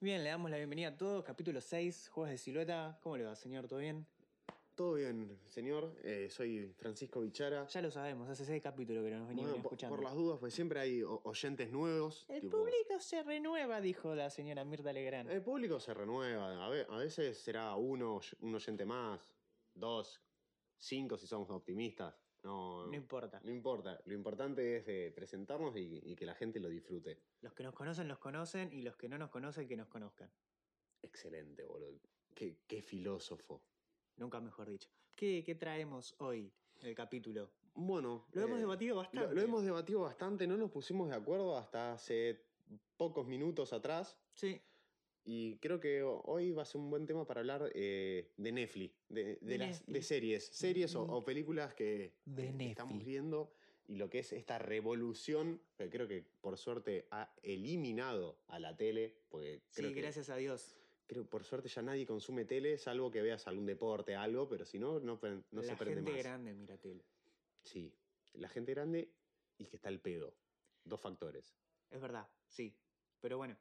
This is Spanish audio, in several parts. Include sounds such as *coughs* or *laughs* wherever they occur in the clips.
Bien, le damos la bienvenida a todos. Capítulo 6, Juegos de Silueta. ¿Cómo le va, señor? ¿Todo bien? Todo bien, señor. Eh, soy Francisco Bichara. Ya lo sabemos, hace seis capítulos que nos venimos Bueno, po- escuchando. por las dudas, pues siempre hay o- oyentes nuevos. El tipo- público se renueva, dijo la señora Mirta Legrand. El público se renueva. A, ve- a veces será uno, oy- un oyente más, dos, cinco si somos optimistas. No, No importa. No importa. Lo importante es eh, presentarnos y, y que la gente lo disfrute. Los que nos conocen, los conocen, y los que no nos conocen, que nos conozcan. Excelente, boludo. Qué, qué filósofo. Nunca mejor dicho. ¿Qué, qué traemos hoy en el capítulo? Bueno. Lo hemos debatido Eh, lo- bastante. Lo, hemos debatido bastante. No nos pusimos de acuerdo hasta hace pocos minutos atrás. Sí, Y creo que hoy va a ser un buen tema para hablar eh, de Netflix, de, de De las, Netflix. de series, series o, o películas que eh, De que Netflix. estamos viendo y lo que es esta revolución que creo que por suerte ha eliminado a la tele, porque creo sí, que gracias a Dios. creo por suerte ya nadie consume tele, salvo que veas algún deporte, algo, pero si no no, pre- no la se prende gente más. grande, Miratel. Sí, la gente grande y que está el pedo, dos factores. Es verdad, sí. Pero bueno,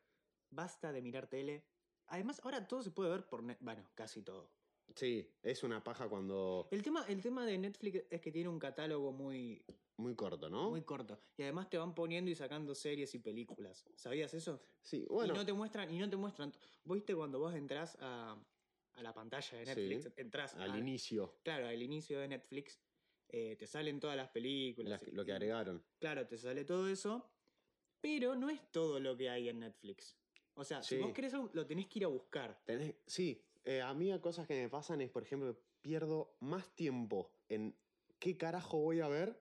basta de mirar tele. Además, ahora todo se puede ver por... net- Bueno, casi todo. Sí, es una paja cuando El tema, el tema de Netflix es que tiene un catálogo muy, muy corto, ¿no? muy corto. Y además te van poniendo y sacando series y películas. ¿Sabías eso? Sí, bueno. Y no te muestran, y no te muestran. t- ¿Viste cuando vos entrás a, a la pantalla de Sí. Netflix? Entrás al a- inicio, Claro, al inicio de Netflix eh, te salen todas las películas. las- lo que y- agregaron. Claro, te sale todo eso, pero no es todo lo que hay en Netflix. O sea, si Sí. vos querés algo, lo tenés que ir a buscar. Tenés- sí, eh, a mí cosas que me pasan es, por ejemplo, pierdo más tiempo en qué carajo voy a ver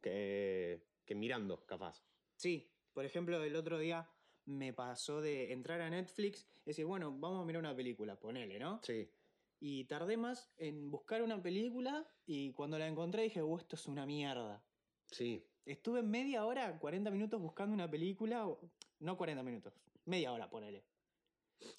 que, que mirando, capaz. Sí, por ejemplo, el otro día me pasó de entrar a Netflix y decir, bueno, vamos a mirar una película, ponele, ¿no? Sí. Y tardé más en buscar una película y cuando la encontré dije, oh, esto es una mierda. Sí. Estuve media hora, 40 minutos buscando una película, o- no 40 minutos, media hora, ponele.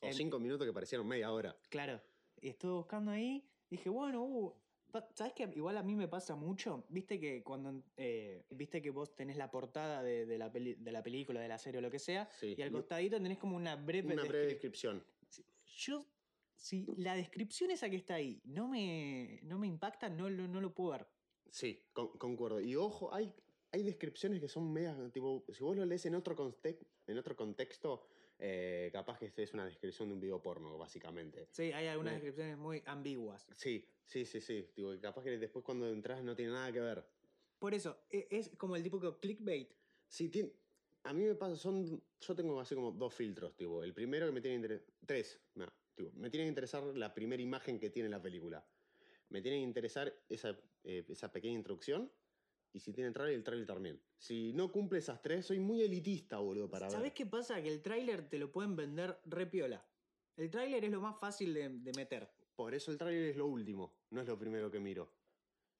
O En- cinco minutos que parecieron media hora. Claro. Y estuve buscando ahí. Dije, bueno, uh, pa- ¿sabes qué? Igual a mí me pasa mucho. Viste que cuando. eh, Viste que vos tenés la portada de, de la, peli- de la película, de la serie o lo que sea. Sí. Y al costadito tenés como una breve. Una breve descrip- descripción. Yo. Si la descripción esa que está ahí no me, no me impacta, no, lo- no lo puedo ver. Sí, con- concuerdo. Y ojo, hay, hay descripciones que son medias, tipo, si vos lo lees en otro, context, en otro contexto, eh, capaz que este es una descripción de un video porno, básicamente. Sí, hay algunas Sí. descripciones muy ambiguas. Sí, sí, sí, sí. Digo, que capaz que después cuando entras no tiene nada que ver. Por eso, e- es como el tipo que clickbait. Sí, tiene- a mí me pasa, son, yo tengo así como dos filtros, tipo, el primero que me tiene que inter- tres, no, tipo, me tiene que interesar la primera imagen que tiene la película, me tiene que interesar esa, eh, esa pequeña introducción y si tiene trailer, el trailer también. Si no cumple esas tres, soy muy elitista, boludo, para ¿Sabés ver. qué pasa? Que el tráiler te lo pueden vender repiola. El tráiler es lo más fácil de, de meter. Por eso el trailer es lo último, no es lo primero que miro,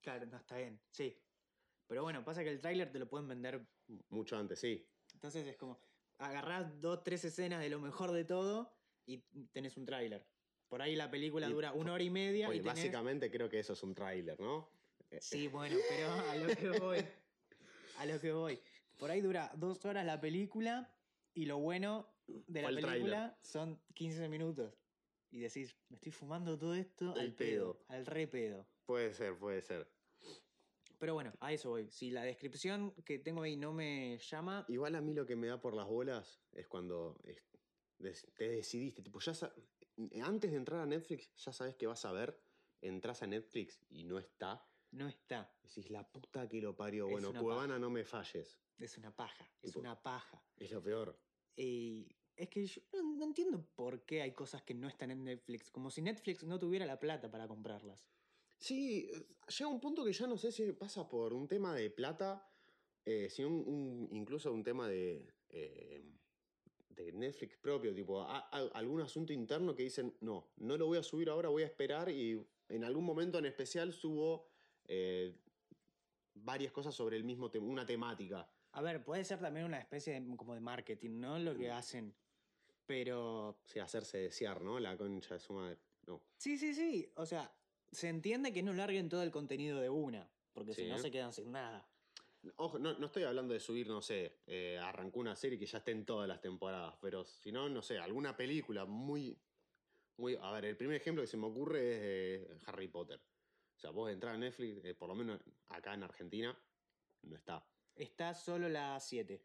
Claro, no está bien, sí. Pero bueno, pasa que el tráiler te lo pueden vender. mucho antes, sí. Entonces es como, agarrás dos, tres escenas de lo mejor de todo y tenés un tráiler. Por ahí la película Y- dura una hora y media Oye, y tenés... básicamente creo que eso es un trailer, ¿no? Eh, Sí, bueno, pero a lo que voy. A lo que voy. Por ahí dura dos horas la película y lo bueno de la Fue el película tráiler. son 15 minutos. Y decís, me estoy fumando todo esto El al pedo, pedo. al re pedo. Puede ser, puede ser. Pero bueno, a eso voy. Si la descripción que tengo ahí no me llama, Igual a mí lo que me da por las bolas es cuando es- des- te decidiste, tipo, ya sa- eh, antes de entrar a Netflix ya sabes que vas a ver, entras a Netflix y no está, no está. decís la puta que lo parió, Es bueno, una Cuevana no me falles, Es una paja, es Tipo- una paja. es lo peor. Y es que yo no, no entiendo por qué hay cosas que no están en Netflix. Como si Netflix no tuviera la plata para comprarlas. Sí, eh, llega un punto que ya no sé si pasa por un tema de plata, eh, sino un- un- incluso un tema de, eh, de Netflix propio, tipo a- a- algún asunto interno que dicen, no, no lo voy a subir ahora, voy a esperar y en algún momento en especial subo eh, varias cosas sobre el mismo tema, una temática. A ver, puede ser también una especie de, como de marketing, ¿no? Lo que hacen. Pero... O sea, hacerse desear, ¿no? La concha de su madre. No. Sí, sí, sí. O sea, se entiende que no larguen todo el contenido de una. Porque si Sí. no se quedan sin nada. Ojo, no, no estoy hablando de subir, no sé, eh, arrancó una serie que ya esté en todas las temporadas, pero si no, no sé, alguna película muy, muy... A ver, el primer ejemplo que se me ocurre es eh, Harry Potter. O sea, vos entrar a Netflix, eh, por lo menos acá en Argentina, no está. Está solo la 7.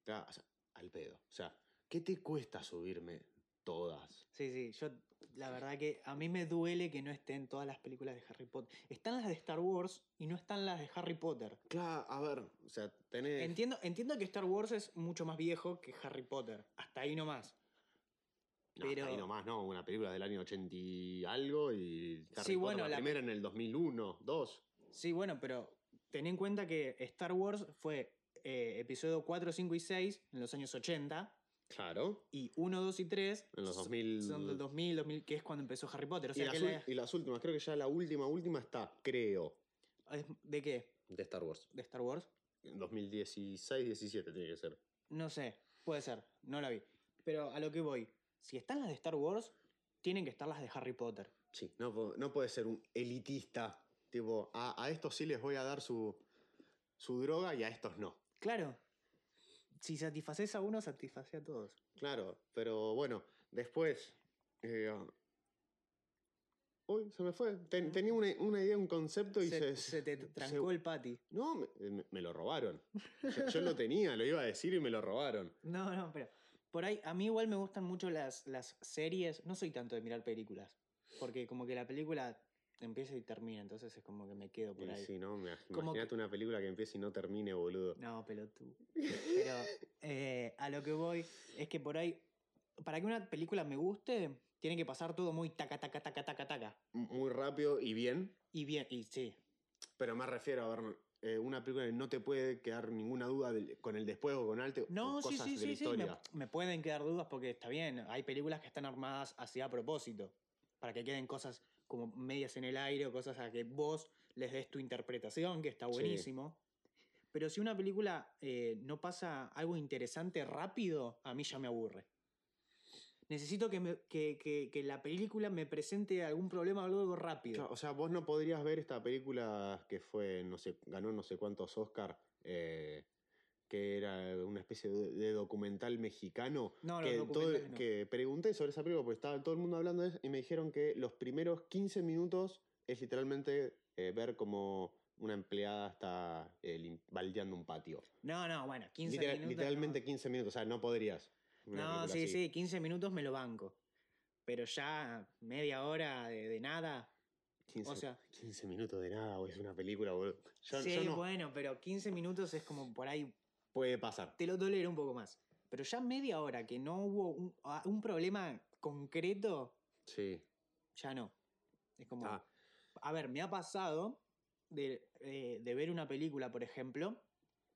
Está, o sea, al pedo. O sea, ¿qué te cuesta subirme todas? Sí, sí, yo la verdad que a mí me duele que no estén todas las películas de Harry Potter. Están las de Star Wars y no están las de Harry Potter. Claro, a ver, o sea, tenés... Entiendo, entiendo que Star Wars es mucho más viejo que Harry Potter. Hasta ahí nomás. No, hasta Pero- ahí nomás, ¿no? Una película del año 80 y algo y Harry Sí, Potter bueno, la la- primera en el 2001, 2. Sí, bueno, pero ten en cuenta que Star Wars fue eh, episodio 4, 5 y 6 en los años 80 Claro. y 1, 2 y 3 En los son- 2000. son del 2000, 2000, que es cuando empezó Harry Potter. O y, sea, las que ul- la- y las últimas, creo que ya la última, última está, creo, es- ¿de qué? de Star Wars. ¿De Star Wars? En 2016, 17 tiene que ser. No sé, puede ser, no la vi. Pero a lo que voy, si están las de Star Wars, tienen que estar las de Harry Potter. Sí, no, po- no puede ser un elitista. Tipo, a, a estos sí les voy a dar su, su droga y a estos no. Claro, si satisfaces a uno, satisface a todos. Claro, pero bueno, después. eh, uy, se me fue. Ten- tenía una, una idea, un concepto y Mm. Se, se. se te trancó el pati. No, me, me- me lo robaron. Yo, yo lo tenía, lo iba a decir y me lo robaron. No, no, pero. Por ahí, a mí igual me gustan mucho las, las series. No soy tanto de mirar películas. Porque como que la película empieza y termina, entonces es como que me quedo por Y ahí. si no, me- Como imagínate una película que empiece y no termine, boludo. No, pelotudo. Pero eh, a lo que voy es que por ahí. Para que una película me guste, tiene que pasar todo muy taca, taca, taca, taca, taca. Muy rápido y bien, Y bien, y sí. pero me refiero a ver eh, una película que no te puede quedar ninguna duda del- con el después o con alte No, o sí, cosas sí, de la sí, sí. Me, historia. me pueden quedar dudas porque está bien. Hay películas que están armadas así a propósito. Para que queden cosas como medias en el aire o cosas a que vos les des tu interpretación, que está Sí. buenísimo. Pero si una película eh, no pasa algo interesante rápido, a mí ya me aburre. Necesito que, me- que- que- que la película me presente algún problema o algo rápido. Claro, O sea, vos no podrías ver esta película que fue, no sé, ganó no sé cuántos Oscar, eh, que era una especie de, de documental mexicano. No, los que, documentales todo- no. que pregunté sobre esa película porque estaba todo el mundo hablando de eso y me dijeron que los primeros 15 minutos es literalmente eh, ver como una empleada está eh, lim- baldeando un patio. No, no, bueno, 15 Literal- minutos. literalmente no. 15 minutos, o sea, no podrías. una No, película sí, así. sí, 15 minutos me lo banco. Pero ya media hora de, de nada. 15, O sea, 15 minutos de nada, güey, es una película, boludo. Yo- sí, yo no- bueno, pero 15 minutos es como por ahí, Puede pasar. te lo tolero un poco más. Pero ya media hora que no hubo un, a- un problema concreto, Sí. ya no. Es como... Ah, A ver, me ha pasado de, eh, de ver una película, por ejemplo,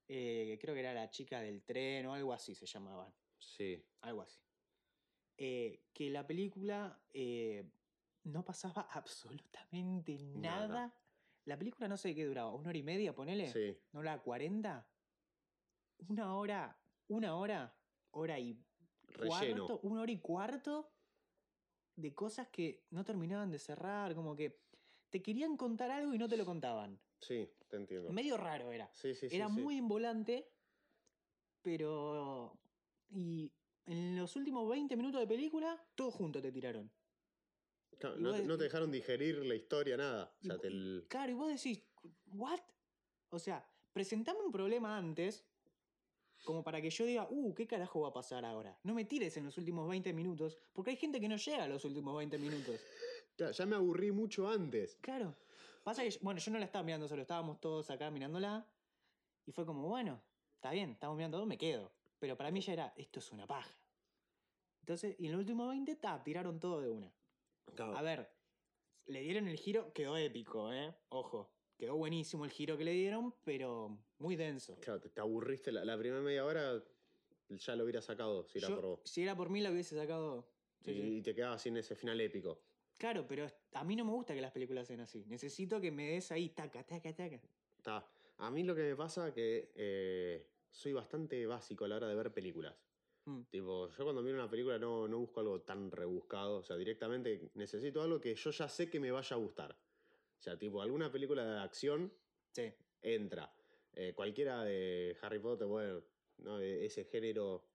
eh, creo que era La chica del tren o algo así se llamaban. sí. algo así. Eh, que la película eh, no pasaba *laughs* absolutamente nada. Nada. La película no sé qué duraba, una hora y media, ponele. Sí. ¿No la 40? Una hora, una hora, hora y Relleno. cuarto, una hora y cuarto de cosas que no terminaban de cerrar, como que te querían contar algo y no te lo contaban. Sí, te entiendo. Medio raro era Sí, sí, sí, era sí. muy envolante, pero. Y en los últimos 20 minutos de película, todo junto te tiraron. Claro, y No, vos te- no te decís- dejaron digerir la historia, nada. O Y sea, vos- te... l- Claro, y vos decís, ¿what? O sea, presentame un problema antes, como para que yo diga, uh, ¿qué carajo va a pasar ahora? No me tires en los últimos 20 minutos, porque hay gente que no llega a los últimos 20 minutos. Claro, ya me aburrí mucho antes. Claro. Pasa que, yo- bueno, yo no la estaba mirando solo, estábamos todos acá mirándola. Y fue como, bueno, está bien, estamos mirando todo, me quedo. Pero para mí ya era, esto es una paja. Entonces, y en los últimos 20, ta, tiraron todo de una. Claro. A ver, le dieron el giro, quedó épico, ¿eh? Ojo, quedó buenísimo el giro que le dieron, pero muy denso. Claro, te, te aburriste la, la primera media hora, ya lo hubiera sacado si era Yo, por vos. si era por mí, la hubiese sacado. sí, y, sí. y te quedabas sin ese final épico. Claro, pero a mí no me gusta que las películas sean así. Necesito que me des ahí, taca, taca, taca. Ta. A mí lo que me pasa es que eh, soy bastante básico a la hora de ver películas. Mm. Tipo, yo cuando miro una película no, no busco algo tan rebuscado. O sea, directamente necesito algo que yo ya sé que me vaya a gustar. O sea, tipo, alguna película de acción Sí. entra. Eh, cualquiera de Harry Potter, bueno, ¿no? E- ese género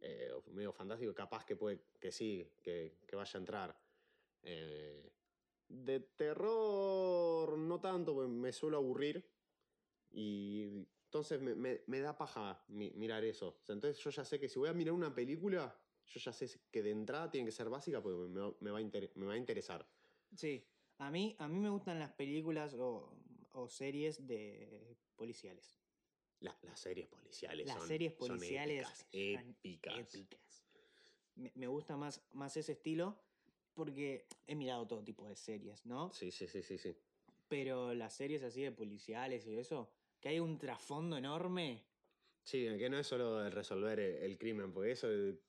eh, medio fantástico, capaz que puede, que sí, que, que vaya a entrar. Eh, de terror, no tanto, porque me suelo aburrir. Y entonces me, me- me da paja mi- mirar eso. O sea, entonces yo ya sé que si voy a mirar una película, yo ya sé que de entrada tiene que ser básica porque me, va- me va, a inter- me va a interesar. Sí, a mí, a mí me gustan las películas o, o series de policiales. La- las series policiales. Las son- series son policiales épicas, son épicas. Épicas. Me, me gusta más, más ese estilo porque he mirado todo tipo de series, ¿no? Sí, sí, sí, sí, sí. Pero las series así de policiales y eso, que hay un trasfondo enorme. Sí, que no es solo de resolver el, el crimen, porque eso eh,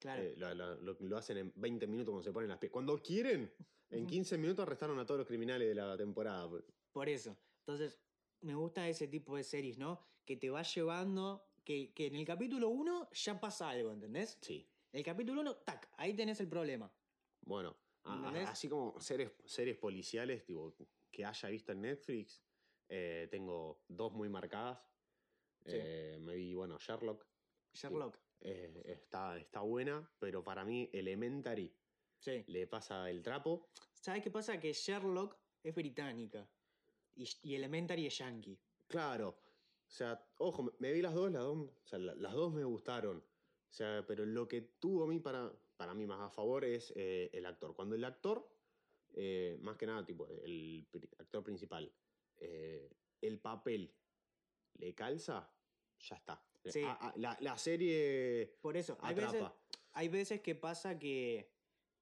Claro, eh, lo, lo- lo- lo hacen en 20 minutos cuando se ponen las pies. Cuando quieren, en Ujú. 15 minutos arrestaron a todos los criminales de la temporada. pues, por eso. Entonces, me gusta ese tipo de series, ¿no? Que te va llevando, que, que en el capítulo 1 ya pasa algo, ¿entendés? Sí. El capítulo 1, tac, ahí tenés el problema. Bueno, a- a- ¿Entendés? así como series, series policiales tipo, que haya visto en Netflix, eh, tengo dos muy marcadas. Sí. Eh, me vi, bueno, Sherlock. Sherlock. eh, está, está buena, pero para mí Elementary Sí. le pasa el trapo. ¿Sabes qué pasa? Que Sherlock es británica y, y Elementary es yankee. Claro. O sea, ojo, me- me vi las dos, las dos, o sea, la- las dos me gustaron. O sea, pero lo que tuvo a mí para, para mí más a favor es eh, el actor. Cuando el actor, eh, más que nada, tipo, el pri- actor principal, eh, el papel le calza, ya está. Eh, Sí. A- a- la, la serie Por eso, hay veces, atrapa. hay veces que pasa que,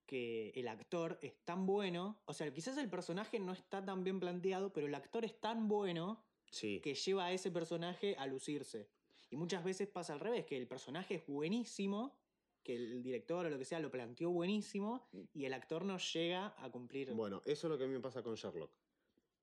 que el actor es tan bueno, o sea, quizás el personaje no está tan bien planteado, pero el actor es tan bueno Sí. que lleva a ese personaje a lucirse. Y muchas veces pasa al revés, que el personaje es buenísimo, que el director o lo que sea lo planteó buenísimo y el actor no llega a cumplir. Bueno, eso es lo que a mí me pasa con Sherlock.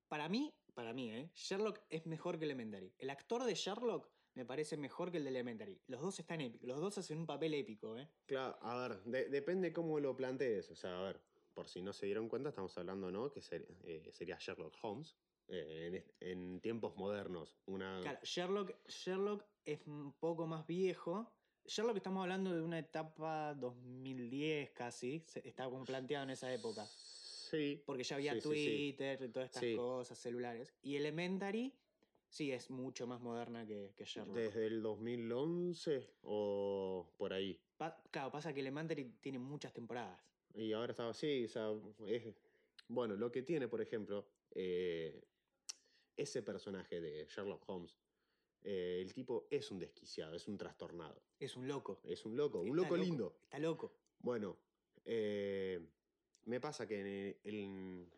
Para mí, para mí, ¿eh? Sherlock es mejor que Elementary. El actor de Sherlock me parece mejor que el de Elementary. Los dos están épicos. Los dos hacen un papel épico, ¿eh? Claro, a ver, de- depende cómo lo plantees. O sea, a ver, por si no se dieron cuenta, estamos hablando, ¿no? Que ser- eh, sería Sherlock Holmes eh, en, est- en tiempos modernos. Una, Claro, Sherlock, Sherlock es un poco más viejo. Sherlock estamos hablando de una etapa 2010 casi. Se- Está como planteado en esa época. Sí. Porque ya había Sí, sí, sí. Twitter y todas estas Sí. cosas, celulares. Y Elementary sí es mucho más moderna que, que Sherlock. Desde el 2011 o por ahí. Pa- claro, pasa que Elementary tiene muchas temporadas. Y ahora estaba así, o sea, es- bueno, lo que tiene, por ejemplo, eh, ese personaje de Sherlock Holmes, eh, el tipo es un desquiciado, es un trastornado, Es un loco. es un loco, Está un loco lindo. Está loco. Bueno, eh, me pasa que en, eh, en-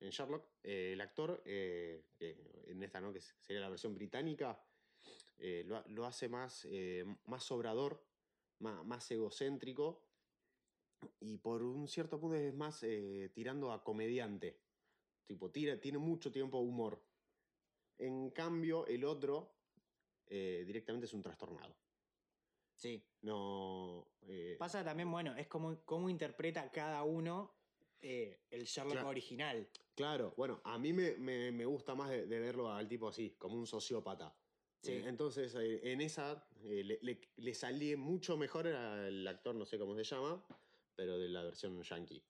en Sherlock, eh, el actor, eh, que en esta, ¿no? Que sería la versión británica, eh, lo, ha- lo hace más, eh, más sobrador, ma- más, egocéntrico, y por un cierto punto es más eh, tirando a comediante. Tipo, tira, tiene mucho tiempo humor. En cambio, el otro eh, directamente es un trastornado. Sí. No. eh, Pasa también, bueno, es como cómo interpreta cada uno eh, el Sherlock Claro. original. Claro, bueno, a mí me, me- me gusta más de, de verlo al tipo así, como un sociópata. Sí. Eh, Entonces, eh, en esa eh, le, le, le salí mucho mejor al actor, no sé cómo se llama, pero de la versión yankee.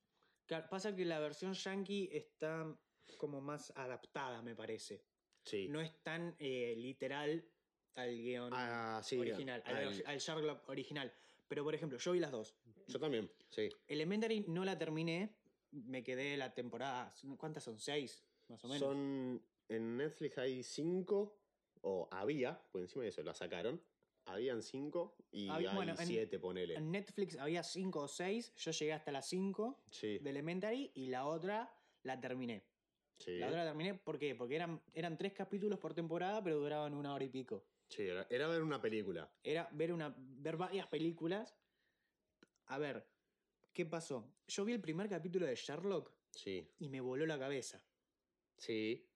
Claro, Pasa que la versión yankee está como más adaptada, me parece. Sí. No es tan eh, literal al guión Ah, sí, original, al, al- al Sherlock original. Pero, por ejemplo, yo vi las dos. yo también, sí. Elementary no la terminé, me quedé la temporada. ¿Cuántas son? ¿Seis? Más o menos. Son. En Netflix hay cinco, o había, por encima de eso, la sacaron. Habían cinco y Había- hay bueno, en- siete, ponele. En Netflix había cinco o seis, yo llegué hasta las cinco sí, de Elementary y la otra la terminé. sí. La otra la terminé, ¿por qué? Porque eran, eran tres capítulos por temporada, pero duraban una hora y pico. Sí, era, era ver una película. Era ver, una, ver varias películas. A ver, ¿qué pasó? Yo vi el primer capítulo de Sherlock Sí. y me voló la cabeza. Sí.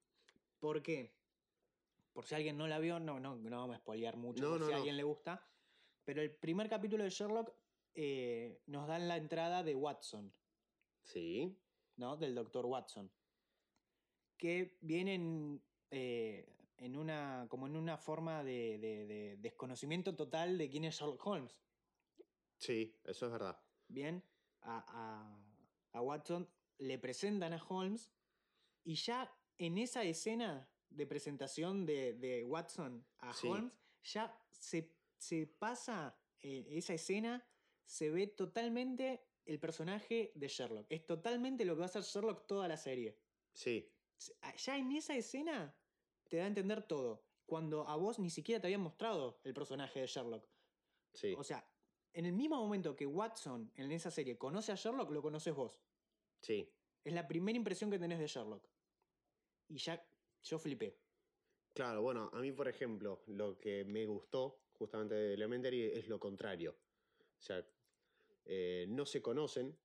¿Por qué? Por si alguien no la vio, no, no, no vamos a spoilear mucho, No, por no, si a no. alguien le gusta. Pero el primer capítulo de Sherlock eh, nos dan la entrada de Watson. Sí. ¿no? Del doctor Watson. Que vienen eh, en una, como en una forma de, de- de desconocimiento total de quién es Sherlock Holmes. Sí, eso es verdad. Bien, a, a- a Watson le presentan a Holmes y ya en esa escena de presentación de, de Watson a Sí. Holmes, ya se, se pasa eh, esa escena, se ve totalmente el personaje de Sherlock. Es totalmente lo que va a hacer Sherlock toda la serie. Sí, Se- a- ah, Ya en esa escena te da a entender todo. Cuando a vos ni siquiera te habían mostrado el personaje de Sherlock. sí. O sea, en el mismo momento que Watson en esa serie conoce a Sherlock, lo conoces vos. sí. Es la primera impresión que tenés de Sherlock. Y ya yo flipé. Claro, bueno, a mí, por ejemplo, lo que me gustó justamente de Elementary es lo contrario. O sea, eh, no se conocen,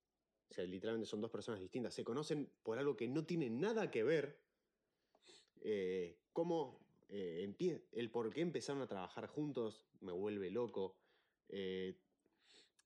o sea, literalmente son dos personas distintas, se conocen por algo que no tiene nada que ver. Eh, cómo eh, empie- el por qué empezaron a trabajar juntos me vuelve loco. Eh,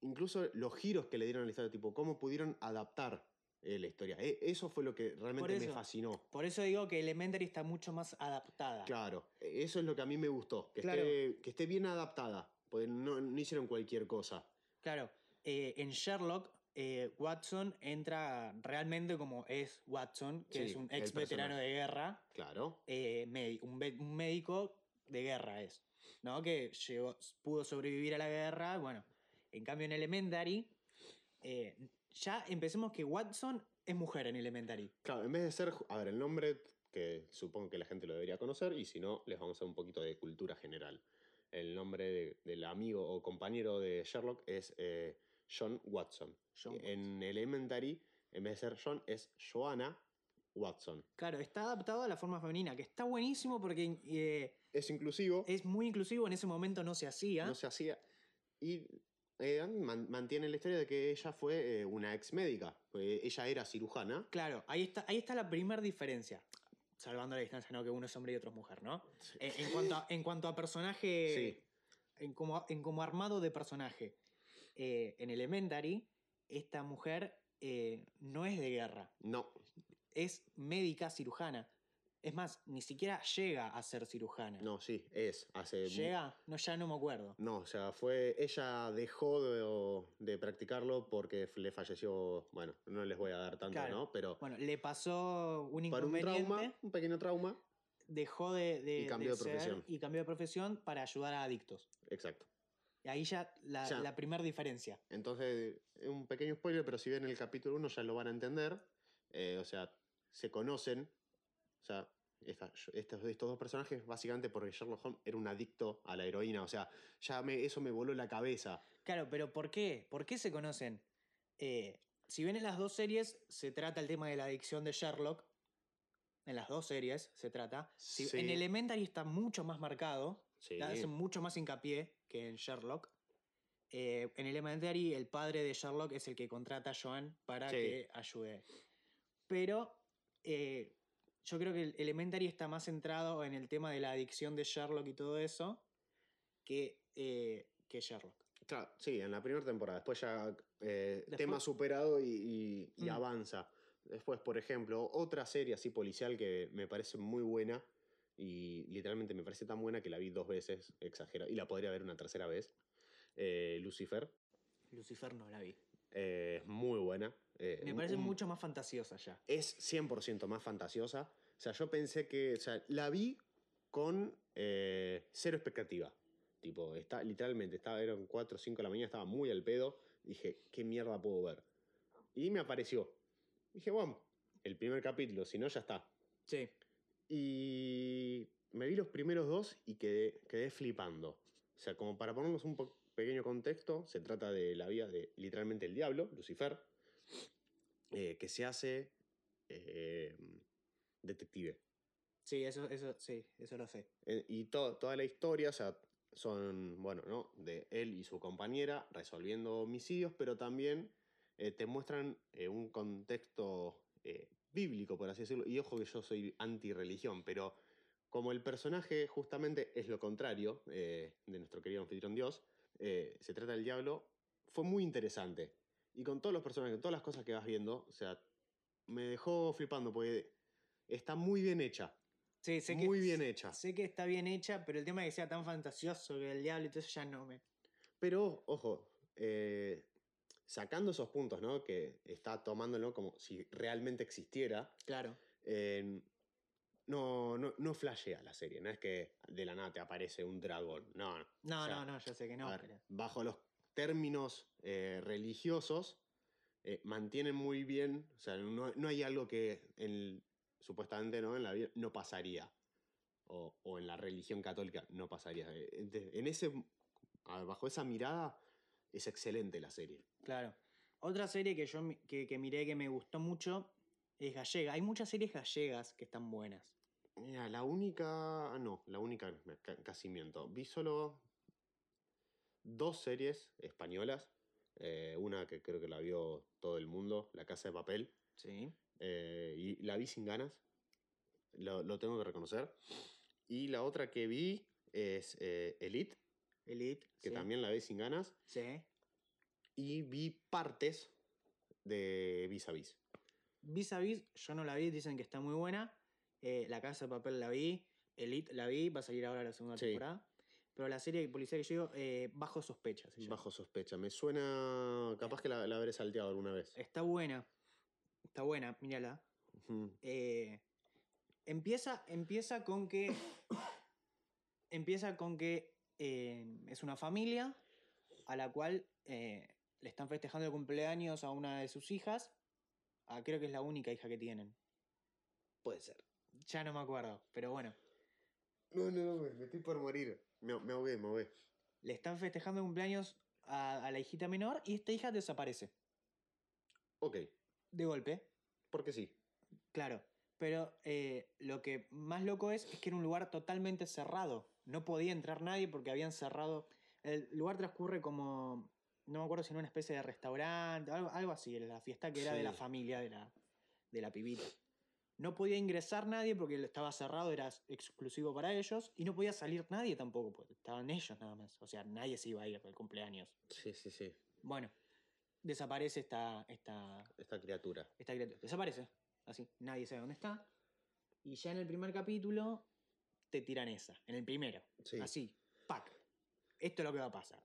incluso los giros que le dieron a la historia, tipo, cómo pudieron adaptar eh, la historia. E- eso fue lo que realmente me eso. fascinó. Por eso digo que Elementary está mucho más adaptada. Claro, e, eso es lo que a mí me gustó, que, Claro. esté, que esté bien adaptada, porque no, no hicieron cualquier cosa. Claro, eh, en Sherlock, eh, Watson entra realmente como es Watson, que Sí, es un el ex veterano de guerra. Claro, eh, medi- un, ve- un médico de guerra es, ¿no? Que llegó, pudo sobrevivir a la guerra, bueno. En cambio en Elementary, eh, ya empecemos que Watson es mujer en Elementary. claro, en vez de ser, ju- a ver, el nombre que supongo que la gente lo debería conocer y si no, les vamos a dar un poquito de cultura general. El nombre de- del amigo o compañero de Sherlock es eh, John Watson. John Watson. En Elementary, en vez de ser John, es Joanna Watson. Claro, está adaptado a la forma femenina, que está buenísimo porque eh, Es inclusivo. es muy inclusivo, en ese momento no se hacía. no se hacía. Y eh, man- mantiene la historia de que ella fue eh, una ex médica. Pues ella era cirujana. Claro, ahí está, ahí está la primera diferencia. Salvando la distancia, ¿no? Que uno es hombre y otro es mujer, ¿no? Eh, En, cuanto, a, en cuanto a personaje. Sí. En como, en como armado de personaje. Eh, en Elementary, esta mujer eh, no es de guerra. No, Es médica cirujana. Es más, ni siquiera llega a ser cirujana. no, eh, sí, es. Hace. ¿Llega? No, ya no me acuerdo. No, o sea, fue. Ella dejó de, o- de practicarlo porque le falleció. Bueno, no les voy a dar tanto, Claro. ¿no? Pero. Bueno, le pasó un para un inconveniente. trauma, un pequeño trauma. Dejó de, de- Y cambió de ser profesión. Y cambió de profesión para ayudar a adictos. Exacto. Y ahí ya la, O sea, la primera diferencia. Entonces, es un pequeño spoiler, pero si ven el capítulo 1 ya lo van a entender. Eh, o sea, se conocen. O sea, esta- estos, estos dos personajes, básicamente porque Sherlock Holmes era un adicto a la heroína. O sea, ya me, eso me voló la cabeza. Claro, pero ¿por qué? ¿Por qué se conocen? Eh, si bien en las dos series se trata el tema de la adicción de Sherlock, en las dos series se trata. Si- Sí. En Elementary está mucho más marcado, Sí, hacen mucho más hincapié que en Sherlock. Eh, en Elementary el padre de Sherlock es el que contrata a Joan para Sí. que ayude. Pero eh, yo creo que el Elementary está más centrado en el tema de la adicción de Sherlock y todo eso que, eh, que Sherlock. Claro, sí, en la primera temporada. Después ya eh, Después- tema superado y, y- y Mm. avanza. Después, por ejemplo, otra serie así policial que me parece muy buena y literalmente me parece tan buena que la vi dos veces, exagero, y la podría ver una tercera vez. eh, Lucifer. Lucifer no la vi. eh, es muy buena. eh, Me un- parece un- mucho más fantasiosa ya. Es 100% más fantasiosa. O sea, yo pensé que. O sea, la vi con eh, cero expectativa. Tipo, está, literalmente, estaba, eran 4 o 5 de la mañana, estaba muy al pedo. Dije, ¿qué mierda puedo ver? Y me apareció. Dije, bueno, el primer capítulo, si no, ya está. Sí. Y me vi los primeros dos y quedé, quedé flipando. O sea, como para ponernos un po- pequeño contexto, se trata de la vida de literalmente el diablo, Lucifer, eh, que se hace eh, detective. Sí, eso, eso, sí, eso lo sé. Eh, y to- toda la historia, o sea, son, bueno, ¿no? De él y su compañera resolviendo homicidios, pero también eh, te muestran eh, un contexto eh, bíblico, por así decirlo. Y ojo que yo soy anti-religión, pero como el personaje justamente es lo contrario eh, de nuestro querido anfitrión Dios, eh, se trata del diablo, fue muy interesante. Y con todos los personajes, con todas las cosas que vas viendo, o sea, me dejó flipando, porque está muy bien hecha. Sí, sé que, muy bien hecha. Sé que está bien hecha, pero el tema de que sea tan fantasioso que el diablo y todo eso ya no me. Pero, ojo, eh, sacando esos puntos, ¿no? Que está tomándolo como si realmente existiera. Claro. eh, no, no, no flashea la serie, no es que de la nada te aparece un dragón. No, no. No, O sea, no, no, yo sé que no. a ver, pero- bajo los términos eh, religiosos, eh, mantienen muy bien, o sea, no, no hay algo que en- supuestamente ¿no? en la vida no pasaría, o, o en la religión católica no pasaría. Eh, de- En ese, a ver, bajo esa mirada es excelente la serie. Claro. Otra serie que yo mi- que, que miré que me gustó mucho es gallega. Hay muchas series gallegas que están buenas. Mira, la única, ah, no, la única, me- ca- casi miento. Vi solo dos series españolas, eh, una que creo que la vio todo el mundo, La Casa de Papel. Sí. eh, y la vi sin ganas. Lo, lo tengo que reconocer. Y la otra que vi es eh, Elite, Elite. que sí. también la vi sin ganas. Sí. Y vi partes de Vis a Vis. Vis a Vis, yo no la vi, dicen que está muy buena. Eh, la Casa de Papel la vi. Elite la vi, va a salir ahora la segunda Sí. temporada. Pero la serie policial que yo digo, eh, Bajo Sospecha. se llama. Bajo sospecha. Me suena. Capaz que la, la habré salteado alguna vez. Está buena. Está buena, mírala. Ujú. Eh, empieza, empieza con que. *coughs* empieza con que eh, es una familia a la cual eh, le están festejando el cumpleaños a una de sus hijas. Ah, creo que es la única hija que tienen. Puede ser. Ya no me acuerdo, pero bueno. No, no, no, me, me estoy por morir. Me, me ahogué, me ahogué. Le están festejando el cumpleaños a, a la hijita menor y esta hija desaparece. Ok, De golpe, porque sí. claro. Pero eh, lo que más loco es, es que era un lugar totalmente cerrado. No podía entrar nadie porque habían cerrado. El lugar transcurre como. No me acuerdo si en una especie de restaurante, algo, algo así, era la fiesta que era de la Sí. familia de la, de la pibita. No podía ingresar nadie porque lo estaba cerrado, era exclusivo para ellos. Y no podía salir nadie tampoco, porque estaban ellos nada más. O sea, nadie se iba a ir al cumpleaños. Sí, sí, sí. Bueno, desaparece esta, esta, Esta criatura. esta criatura. Desaparece. Así. Nadie sabe dónde está. Y ya en el primer capítulo te tiran esa. En el primero. Sí. *laughs* Así. Pac. Esto es lo que va a pasar.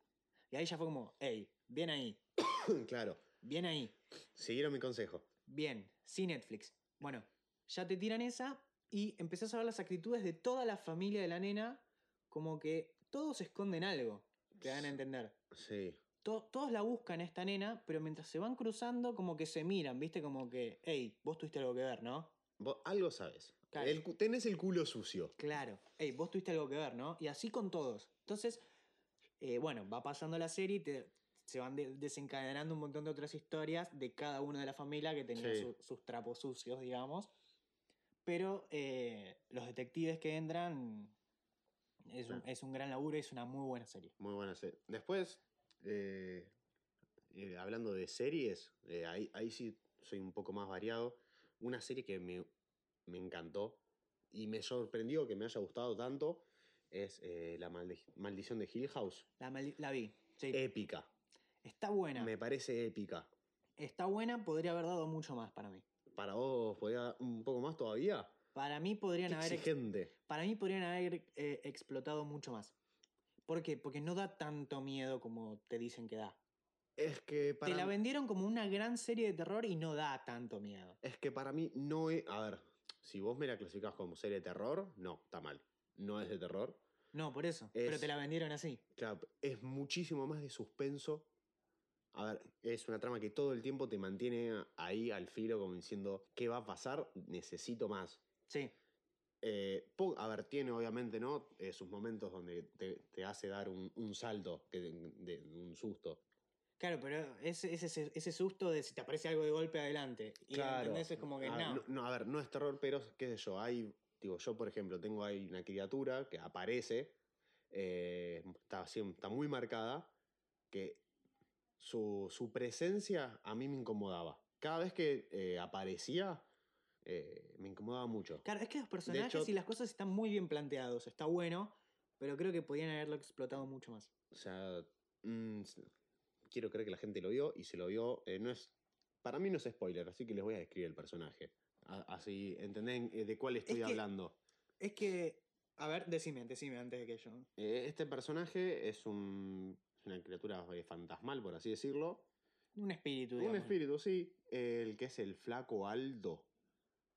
Y ahí ya fue como, hey, bien ahí. claro. Bien ahí. Siguieron mi consejo. Bien. Sí, Netflix. Bueno, ya te tiran esa y empezás a ver las actitudes de toda la familia de la nena como que todos esconden algo. Te dan a entender. Sí. to- todos la buscan a esta nena, pero mientras se van cruzando, como que se miran, ¿viste? Como que, hey, vos tuviste algo que ver, ¿no? Vos algo sabes. Claro. El cu- tenés el culo sucio. Claro, hey, vos tuviste algo que ver, ¿no? Y así con todos. Entonces, eh, bueno, va pasando la serie y te- se van de- desencadenando un montón de otras historias de cada uno de la familia que tenía Sí. su- sus trapos sucios, digamos. Pero eh, los detectives que entran es un, Ah. es un gran laburo y es una muy buena serie. Muy buena serie. Después, eh, eh, hablando de series, eh, ahí, ahí sí soy un poco más variado. Una serie que me, me encantó y me sorprendió que me haya gustado tanto es eh, La Maldi- Maldición de Hill House. La, maldi- la vi. Sí. Épica. está buena. Eh, Me parece épica. Está buena, podría haber dado mucho más para mí. Para vos, podía dar un poco más todavía. Para mí podrían haber, ex- Exigente. para mí podrían haber eh, explotado mucho más. ¿Por qué? Porque no da tanto miedo como te dicen que da. Es que para Te la vendieron como una gran serie de terror y no da tanto miedo. Es que para mí no es. A ver, si vos me la clasificás como serie de terror, no, está mal. No es de terror. No, por eso. Es- Pero te la vendieron así. Claro, es muchísimo más de suspenso. A ver, es una trama que todo el tiempo te mantiene ahí al filo, como diciendo, ¿qué va a pasar? Necesito más. Sí, Eh, po- a ver, tiene obviamente, ¿no? Eh, sus momentos donde te, te hace dar un, un salto, que de- de- un susto. claro, pero ese, ese, ese susto de si te aparece algo de golpe adelante. Y ¿entendés? es como que a, no. no- no, a ver, no es terror, pero qué sé yo, hay, digo, yo por ejemplo tengo ahí una criatura que aparece, eh, está, así- está muy marcada, que su, su presencia a mí me incomodaba. Cada vez que eh, aparecía, eh, me incomodaba mucho. Claro, es que los personajes hecho- y las cosas están muy bien planteados. Está bueno, pero creo que podían haberlo explotado mucho más. O sea, mm, s- quiero creer que la gente lo vio y se lo vio. eh, no es, para mí no es spoiler, así que les voy a describir el personaje. A- así entendés eh, de cuál estoy que- hablando. Es que. A ver, decime, decime antes de que yo. Eh, este personaje es un, una criatura eh, fantasmal, por así decirlo. Un espíritu. Un digamos. espíritu, sí. El que es el flaco Aldo,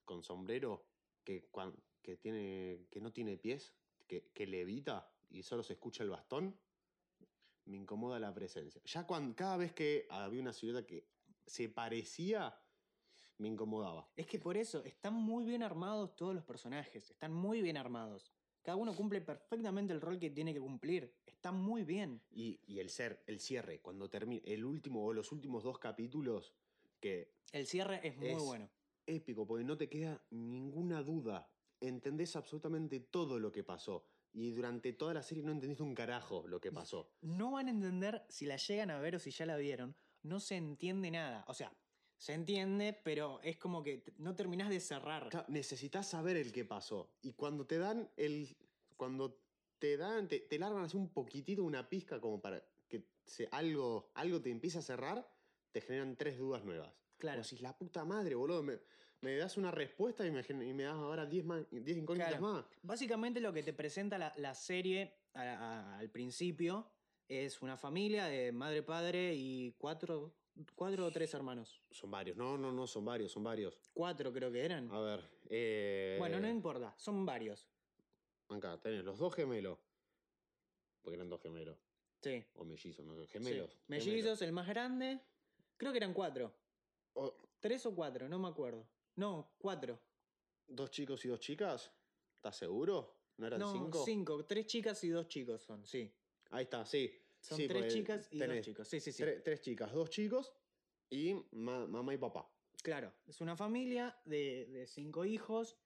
con sombrero, que, cuan- que, tiene, que no tiene pies, que, que levita y solo se escucha el bastón. Me incomoda la presencia. Ya cuando, cada vez que había una silueta que se parecía, me incomodaba. Es que por eso están muy bien armados todos los personajes. Están muy bien armados. Cada uno cumple perfectamente el rol que tiene que cumplir. Está muy bien. Y, y el ser, el cierre, cuando termina, el último o los últimos dos capítulos, que El cierre es muy Es- bueno. épico, porque no te queda ninguna duda. Entendés absolutamente todo lo que pasó. Y durante toda la serie no entendiste un carajo lo que pasó. No van a entender si la llegan a ver o si ya la vieron. No se entiende nada. O sea, se entiende, pero es como que t- no terminás de cerrar. Claro, necesitas saber el que pasó. Y cuando te dan el. Cuando te dan. Te, te largan así un poquitito, una pizca, como para que se- algo, algo te empiece a cerrar, te generan tres dudas nuevas. Claro. Como si la puta madre, boludo, me, me das una respuesta y me, gen- y me das ahora 10 ma- 10 incógnitas Claro. más. Básicamente lo que te presenta la, la serie a- a- al principio es una familia de madre, padre y cuatro, cuatro o tres hermanos. Son varios. No, no, no, son varios, son varios. Cuatro creo que eran. A ver. eh, Bueno, no importa, son varios. Acá tenés los dos gemelos. Porque eran dos gemelos. Sí. O mellizos, no sé. sí. Gemelos. gemelos. Mellizos, el más grande. Creo que eran cuatro. O- Tres o cuatro, no me acuerdo. No, cuatro. dos chicos y dos chicas. ¿Estás seguro? ¿No eran no, cinco? Tres chicas y dos chicos son, sí. Ahí está, sí. Son Sí, tres porque chicas y dos tenés chicos. Sí, sí, sí. tre- tres chicas, dos chicos y ma- mamá y papá. Claro, es una familia de, de cinco hijos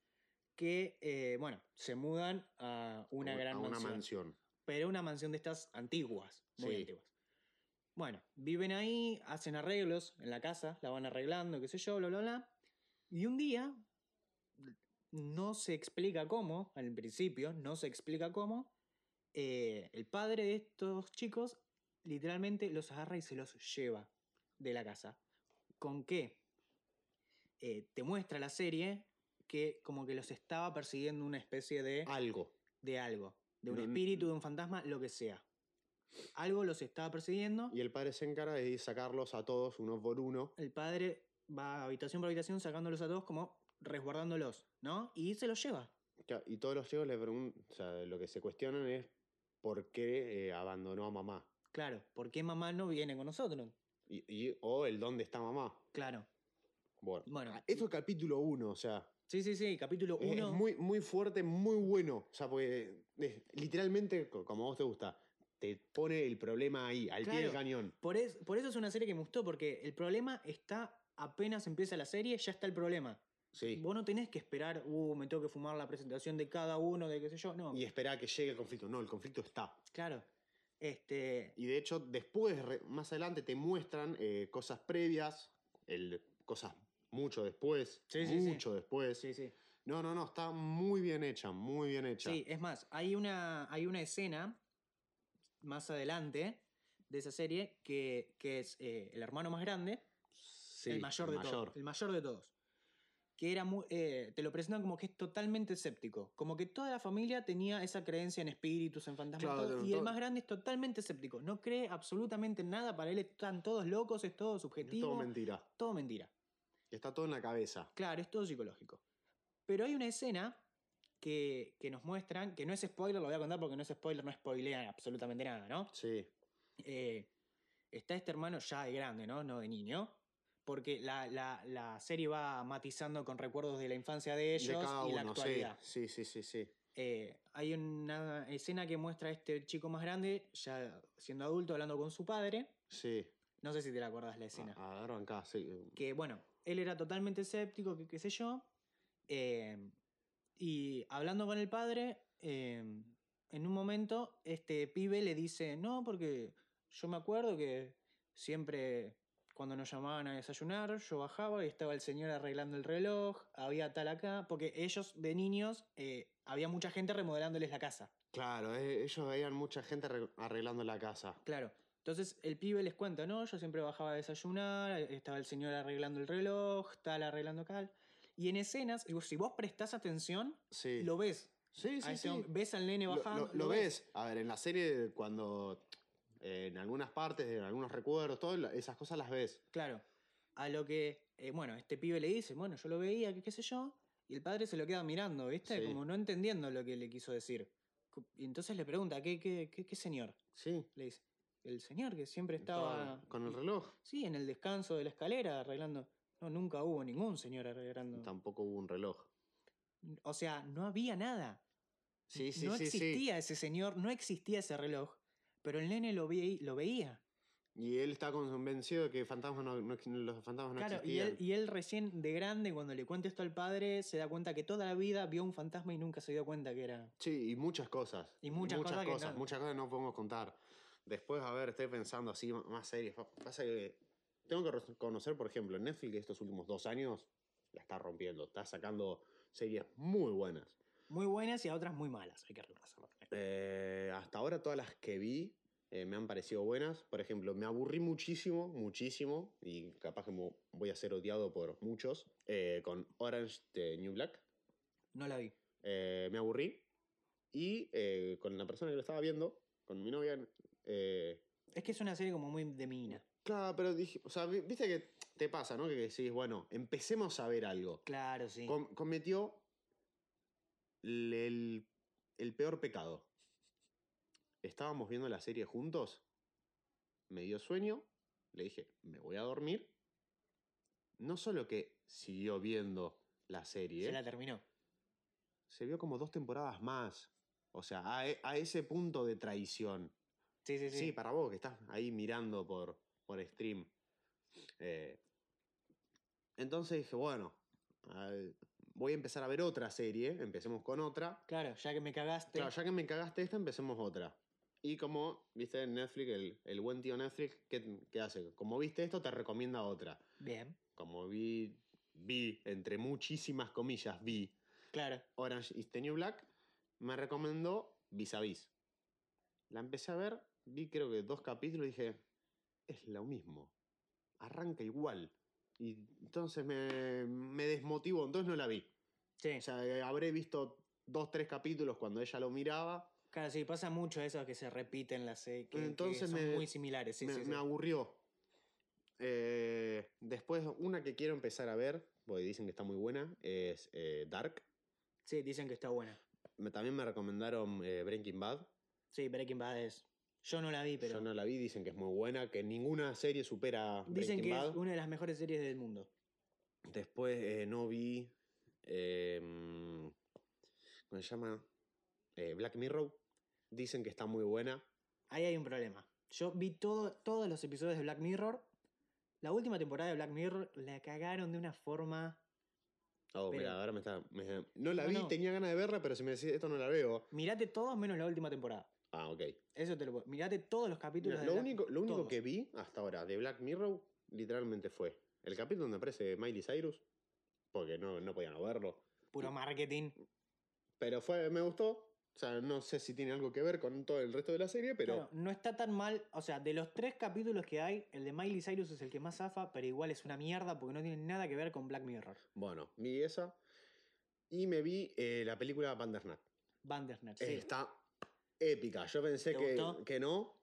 que, eh, bueno, se mudan a una A- gran a una mansión. mansión. Pero una mansión de estas antiguas, muy Sí. antiguas. Bueno, viven ahí, hacen arreglos en la casa, la van arreglando, qué sé yo, bla, bla, bla. Y un día, no se explica cómo, al principio, no se explica cómo, eh, el padre de estos chicos literalmente los agarra y se los lleva de la casa. ¿Con qué? Eh, te muestra la serie que como que los estaba persiguiendo una especie de Algo. de algo, de un No- espíritu, de un fantasma, lo que sea. Algo los estaba persiguiendo. Y el padre se encarga de sacarlos a todos, uno por uno. El padre va habitación por habitación sacándolos a todos como resguardándolos, ¿no? Y se los lleva. Claro, Y todos los chicos le preguntan, o sea, lo que se cuestionan es por qué eh, abandonó a mamá. Claro, ¿por qué mamá no viene con nosotros? Y, y- o el dónde está mamá. Claro. Bueno, Bueno, ah, esto es capítulo 1, o sea, Sí, sí, sí, capítulo es- 1. es Eh, muy, muy fuerte, muy bueno. O sea, porque es- literalmente, co- como a vos te gusta, te pone el problema ahí, al pie del Claro. cañón. por, es- por eso es una serie que me gustó, porque el problema está apenas empieza la serie, ya está el problema. Sí. Vos no tenés que esperar, uh, me tengo que fumar la presentación de cada uno, de qué sé yo. No, Y esperar a que llegue el conflicto. No, el conflicto está. claro. Este, Y de hecho, después, re- más adelante, te muestran eh, cosas previas, el, cosas mucho después, Sí, sí, sí. mucho después. sí, sí. No, no, no, está muy bien hecha, muy bien hecha. Sí, es más, hay una, hay una escena más adelante de esa serie que, que es eh, el hermano más grande, Sí, el mayor de mayor. todos. El mayor de todos. Que era muy, eh, te lo presentan como que es totalmente escéptico. Como que toda la familia tenía esa creencia en espíritus, en fantasmas. Claro, todo, claro, y el todo- más grande es totalmente escéptico. No cree absolutamente en nada. Para él están todos locos, es todo Es subjetivo. todo mentira. todo mentira. Está todo en la cabeza. Claro, es todo psicológico. Pero hay una escena que, que nos muestran, que no es spoiler, lo voy a contar porque no es spoiler, no spoilean absolutamente nada, ¿no? Sí. Eh, está este hermano ya de grande, ¿no? No de niño. Porque la, la- la serie va matizando con recuerdos de la infancia de ellos de cada y la uno, sí. actualidad. sí. Sí, sí, sí. Eh, hay una escena que muestra a este chico más grande, ya siendo adulto, hablando con su padre. Sí. No sé si te la acordás la escena. A- agarran acá, sí. que bueno, él era totalmente escéptico, que qué sé yo. eh, y hablando con el padre, eh, en un momento este pibe le dice, no, porque yo me acuerdo que siempre cuando nos llamaban a desayunar, yo bajaba y estaba el señor arreglando el reloj, había tal acá, porque ellos de niños eh, había mucha gente remodelándoles la casa. Claro, eh, ellos veían mucha gente arreg- arreglando la casa. Claro. Entonces el pibe les cuenta, ¿no? Yo siempre bajaba a desayunar, eh, estaba el señor arreglando el reloj, tal, arreglando cal. Y en escenas, digo, si vos prestás atención, Sí. lo ves. Sí, a sí, ese sí. hombre. Ves al nene Lo- bajando. Lo, lo ves. A ver, en la serie, cuando. eh, en algunas partes, en algunos recuerdos, todo, la- esas cosas las ves. Claro. A lo que, eh, bueno, este pibe le dice, bueno, yo lo veía, que qué sé yo, y el padre se lo queda mirando, ¿viste? Sí. Como no entendiendo lo que le quiso decir. Cu- Y entonces le pregunta, ¿qué, qué, qué, qué señor? Sí. Le dice, el señor que siempre estaba... Con el reloj. Sí, en el descanso de la escalera arreglando. No, nunca hubo ningún señor arreglando. Tampoco hubo un reloj. O sea, no había nada. Sí, sí, no sí, sí. existía ese señor, no existía ese reloj. Pero el nene lo, vi- lo veía. Y él está convencido de que fantasmas no, no- los fantasmas no claro, y existían. él, y él recién de grande, cuando le cuenta esto al padre, se da cuenta que toda la vida vio un fantasma y nunca se dio cuenta que era. Sí, y muchas cosas. Y muchas cosas que no- muchas cosas no podemos contar. Después, a ver, estoy pensando así, m- más series. Pa- Pasa que tengo que reconocer, por ejemplo, Netflix de estos últimos dos años la está rompiendo. Está sacando series muy buenas. Muy buenas y a otras muy malas, hay que reconocerlo. Eh, hasta ahora todas las que vi eh, me han parecido buenas. Por ejemplo, me aburrí muchísimo, muchísimo, y capaz que mo- voy a ser odiado por muchos, eh, con Orange de New Black. No la vi. Eh, me aburrí y eh, con la persona que lo estaba viendo, con mi novia, eh, Es que es una serie como muy de mina. claro, pero dije, o sea, vi- viste que te pasa, ¿no? Que decís, bueno, empecemos a ver algo. Claro, sí. Com- cometió el, el- el peor pecado. Estábamos viendo la serie juntos, me dio sueño, le dije, me voy a dormir. No solo que siguió viendo la serie, Se la terminó. se vio como dos temporadas más. O sea, a, e- a ese punto de traición. Sí, sí, Sí, sí. para vos que estás ahí mirando por, por stream. Eh, entonces dije, bueno, al- voy a empezar a ver otra serie, empecemos con otra. Claro, ya que me cagaste. Claro, ya que me cagaste esta, empecemos otra. Y como, viste, en Netflix, el, el buen tío Netflix, ¿qué, qué hace? Como viste esto, te recomienda otra. Bien. Como vi, vi, entre muchísimas comillas, vi Claro. Orange is the New Black, me recomendó Vis a Vis. La empecé a ver, vi creo que dos capítulos y dije, es lo mismo, arranca igual. Y entonces me, me desmotivó, entonces no la vi. Sí. O sea, eh, habré visto dos, tres capítulos cuando ella lo miraba, Claro, sí, pasa mucho eso que se repiten las series. Que, que Entonces son me- muy similares. Sí, me, sí, sí. me aburrió. Eh, después, una que quiero empezar a ver, porque dicen que está muy buena, es eh, Dark. Sí, dicen que está buena. Me- también me recomendaron eh, Breaking Bad. Sí, Breaking Bad es. Yo no la vi, pero. Yo no la vi, dicen que es muy buena, que ninguna serie supera Dicen Breaking que Bad. es una de las mejores series del mundo. Después eh, no vi. eh, ¿Cómo se llama? Eh, Black Mirror. Dicen que está muy buena. Ahí hay un problema. Yo vi todo, todos los episodios de Black Mirror. La última temporada de Black Mirror la cagaron de una forma. Oh, Pero- mira, ahora me está. me- no la No, vi, no. tenía ganas de verla, pero si me decís esto no la veo. Mirate todos menos la última temporada. Ah, ok. Eso te lo puedo. Mirate todos los capítulos Mira, de lo Black- único, lo único todos. que vi hasta ahora de Black Mirror literalmente fue el capítulo donde aparece Miley Cyrus, porque no, no podían no verlo. Puro marketing. Pero fue, me gustó. O sea, no sé si tiene algo que ver con todo el resto de la serie, pero. Claro, no está tan mal. O sea, de los tres capítulos que hay, el de Miley Cyrus es el que más zafa, pero igual es una mierda porque no tiene nada que ver con Black Mirror. Bueno, vi esa. Y me vi eh, la película Bandersnatch. Bandersnatch. sí. Está épica. Yo pensé ¿Te que, gustó? que no.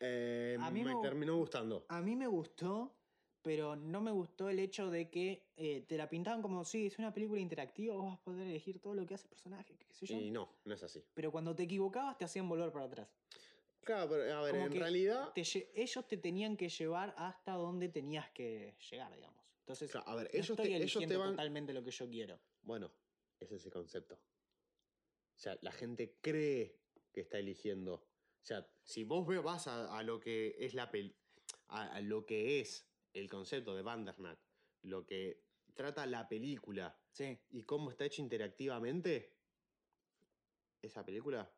Eh, A mí me me- terminó gustando. Mm, A mí me gustó, pero no me gustó el hecho de que eh, te la pintaban como, sí, es una película interactiva, vos vas a poder elegir todo lo que hace el personaje, qué sé yo. Y no, no es así. Pero cuando te equivocabas te hacían volver para atrás. Claro, pero a ver, Como en que realidad. Te lle- ellos te tenían que llevar hasta donde tenías que llegar, digamos. Entonces, claro, a ver, no ellos estoy te, ellos eligiendo te van. totalmente lo que yo quiero. Bueno, ese es el concepto. O sea, la gente cree que está eligiendo. O sea, si vos ve- vas a, a lo que es la pel- a, a lo que es el concepto de Bandersnatch, lo que trata la película Sí. y cómo está hecho interactivamente, esa película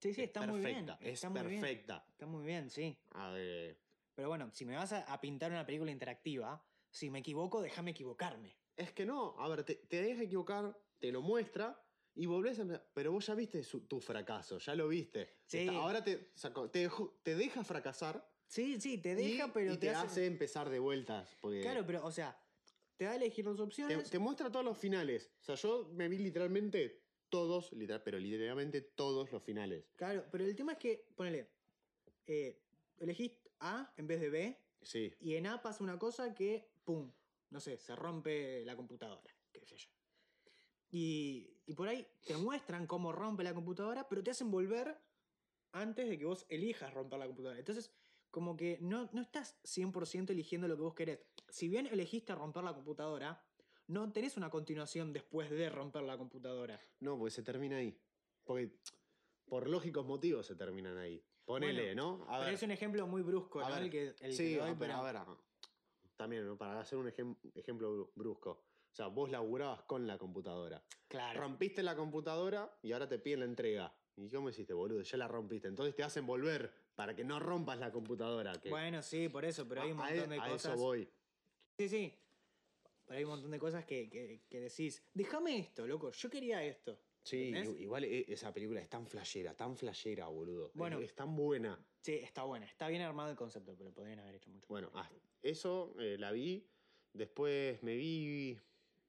Sí, sí, es está muy bien. perfecta. Eh, es está muy bien, perfecta. Está muy bien, sí. A ver, Pero bueno, si me vas a, a pintar una película interactiva, si me equivoco, déjame equivocarme. es que no, a ver, te, te deja equivocar, te lo muestra y volvés a... empezar. Pero vos ya viste su- tu fracaso, ya lo viste. Sí. Está- ahora te, sacó- te, dejó- te deja fracasar Sí, sí, te y, deja, pero y te, hace... empezar de vueltas. Porque Claro, pero, o sea, te da a elegir dos te, opciones. te muestra todos los finales. O sea, yo me vi literalmente todos, literal, pero literalmente todos los finales. Claro, pero el tema es que, ponele, eh, elegís A en vez de B Sí, y en A pasa una cosa que, pum, no sé, se rompe la computadora, qué sé yo. Y, y por ahí te muestran cómo rompe la computadora, pero te hacen volver antes de que vos elijas romper la computadora. Entonces, como que no, no estás 100% eligiendo lo que vos querés. Si bien elegiste romper la computadora, no tenés una continuación después de romper la computadora. no, pues se termina ahí. Porque por lógicos motivos se terminan ahí. Ponele, ¿no? A Pero ver. es un ejemplo muy brusco, A ¿no? ver. El que, el sí, que doy, ah, pero, a ver, ah, también, ¿no? para hacer un ejem- ejemplo bru- brusco. O sea, vos laburabas con la computadora. Claro. Rompiste la computadora y ahora te piden la entrega. ¿Y cómo hiciste, boludo? Ya la rompiste. Entonces te hacen volver para que no rompas la computadora. que- Bueno, sí, por eso, pero hay un a- a montón e- de a cosas. eso voy. Sí, sí. Pero hay un montón de cosas que, que- que decís, déjame esto, loco, yo quería esto. Sí, ¿Entendés? i- igual e- esa película es tan flashera, tan flashera, boludo. Bueno. Es, es tan buena. Sí, está buena, está bien armado el concepto, pero podrían haber hecho mucho. más. Bueno, ah, eso eh, la vi. Después me vi.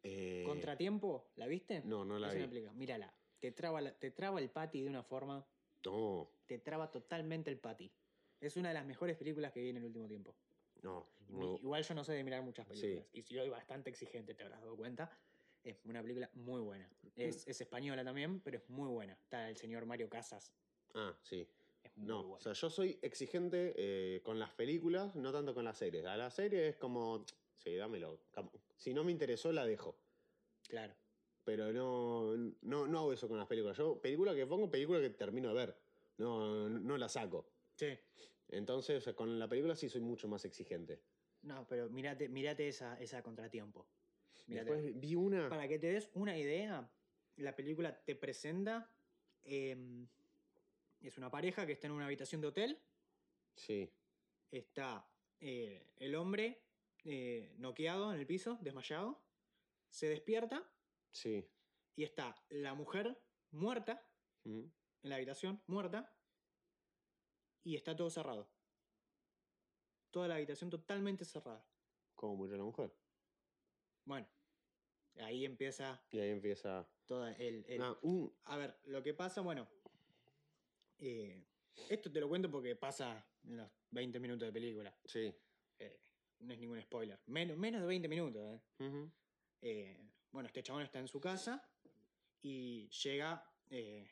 eh, ¿Contratiempo? ¿La viste? No, no la es vi. una película, mírala. Te traba, la- te traba el pati de una forma, No, te traba totalmente el pati. Es una de las mejores películas que vi en el último tiempo. no. Y no. mi- Igual yo no sé de mirar muchas Sí. películas. Y soy bastante exigente, te habrás dado cuenta. Es una película muy buena. Es, Mm. es española también, pero es muy buena. Está el señor Mario Casas. Ah, sí. Es muy No, o buena. sea, yo soy exigente eh, con las películas, no tanto con las series. A la serie es como, sí, dámelo. cam- Si no me interesó, la dejo. claro. Pero no, no, no hago eso con las películas. Yo, película que pongo, película que termino de ver. No, no la saco. Sí. Entonces, con la película sí soy mucho más exigente. No, pero mirate, mirate esa, esa contratiempo. Mírate. Después vi una. Para que te des una idea, la película te presenta. em, es una pareja que está en una habitación de hotel. Sí, está eh, el hombre eh, noqueado en el piso, desmayado, se despierta sí. y está la mujer muerta Mm. en la habitación, muerta, y está todo cerrado. Toda la habitación totalmente cerrada. ¿Cómo murió la mujer? Bueno, ahí empieza Y ahí empieza. toda el... el- Ah, un- A ver, lo que pasa, bueno... eh, esto te lo cuento porque pasa en los 20 minutos de película. Sí. eh, no es ningún spoiler. Menos, menos de 20 minutos, ¿eh? Ujú. eh, bueno, este chabón está en su casa y llega eh,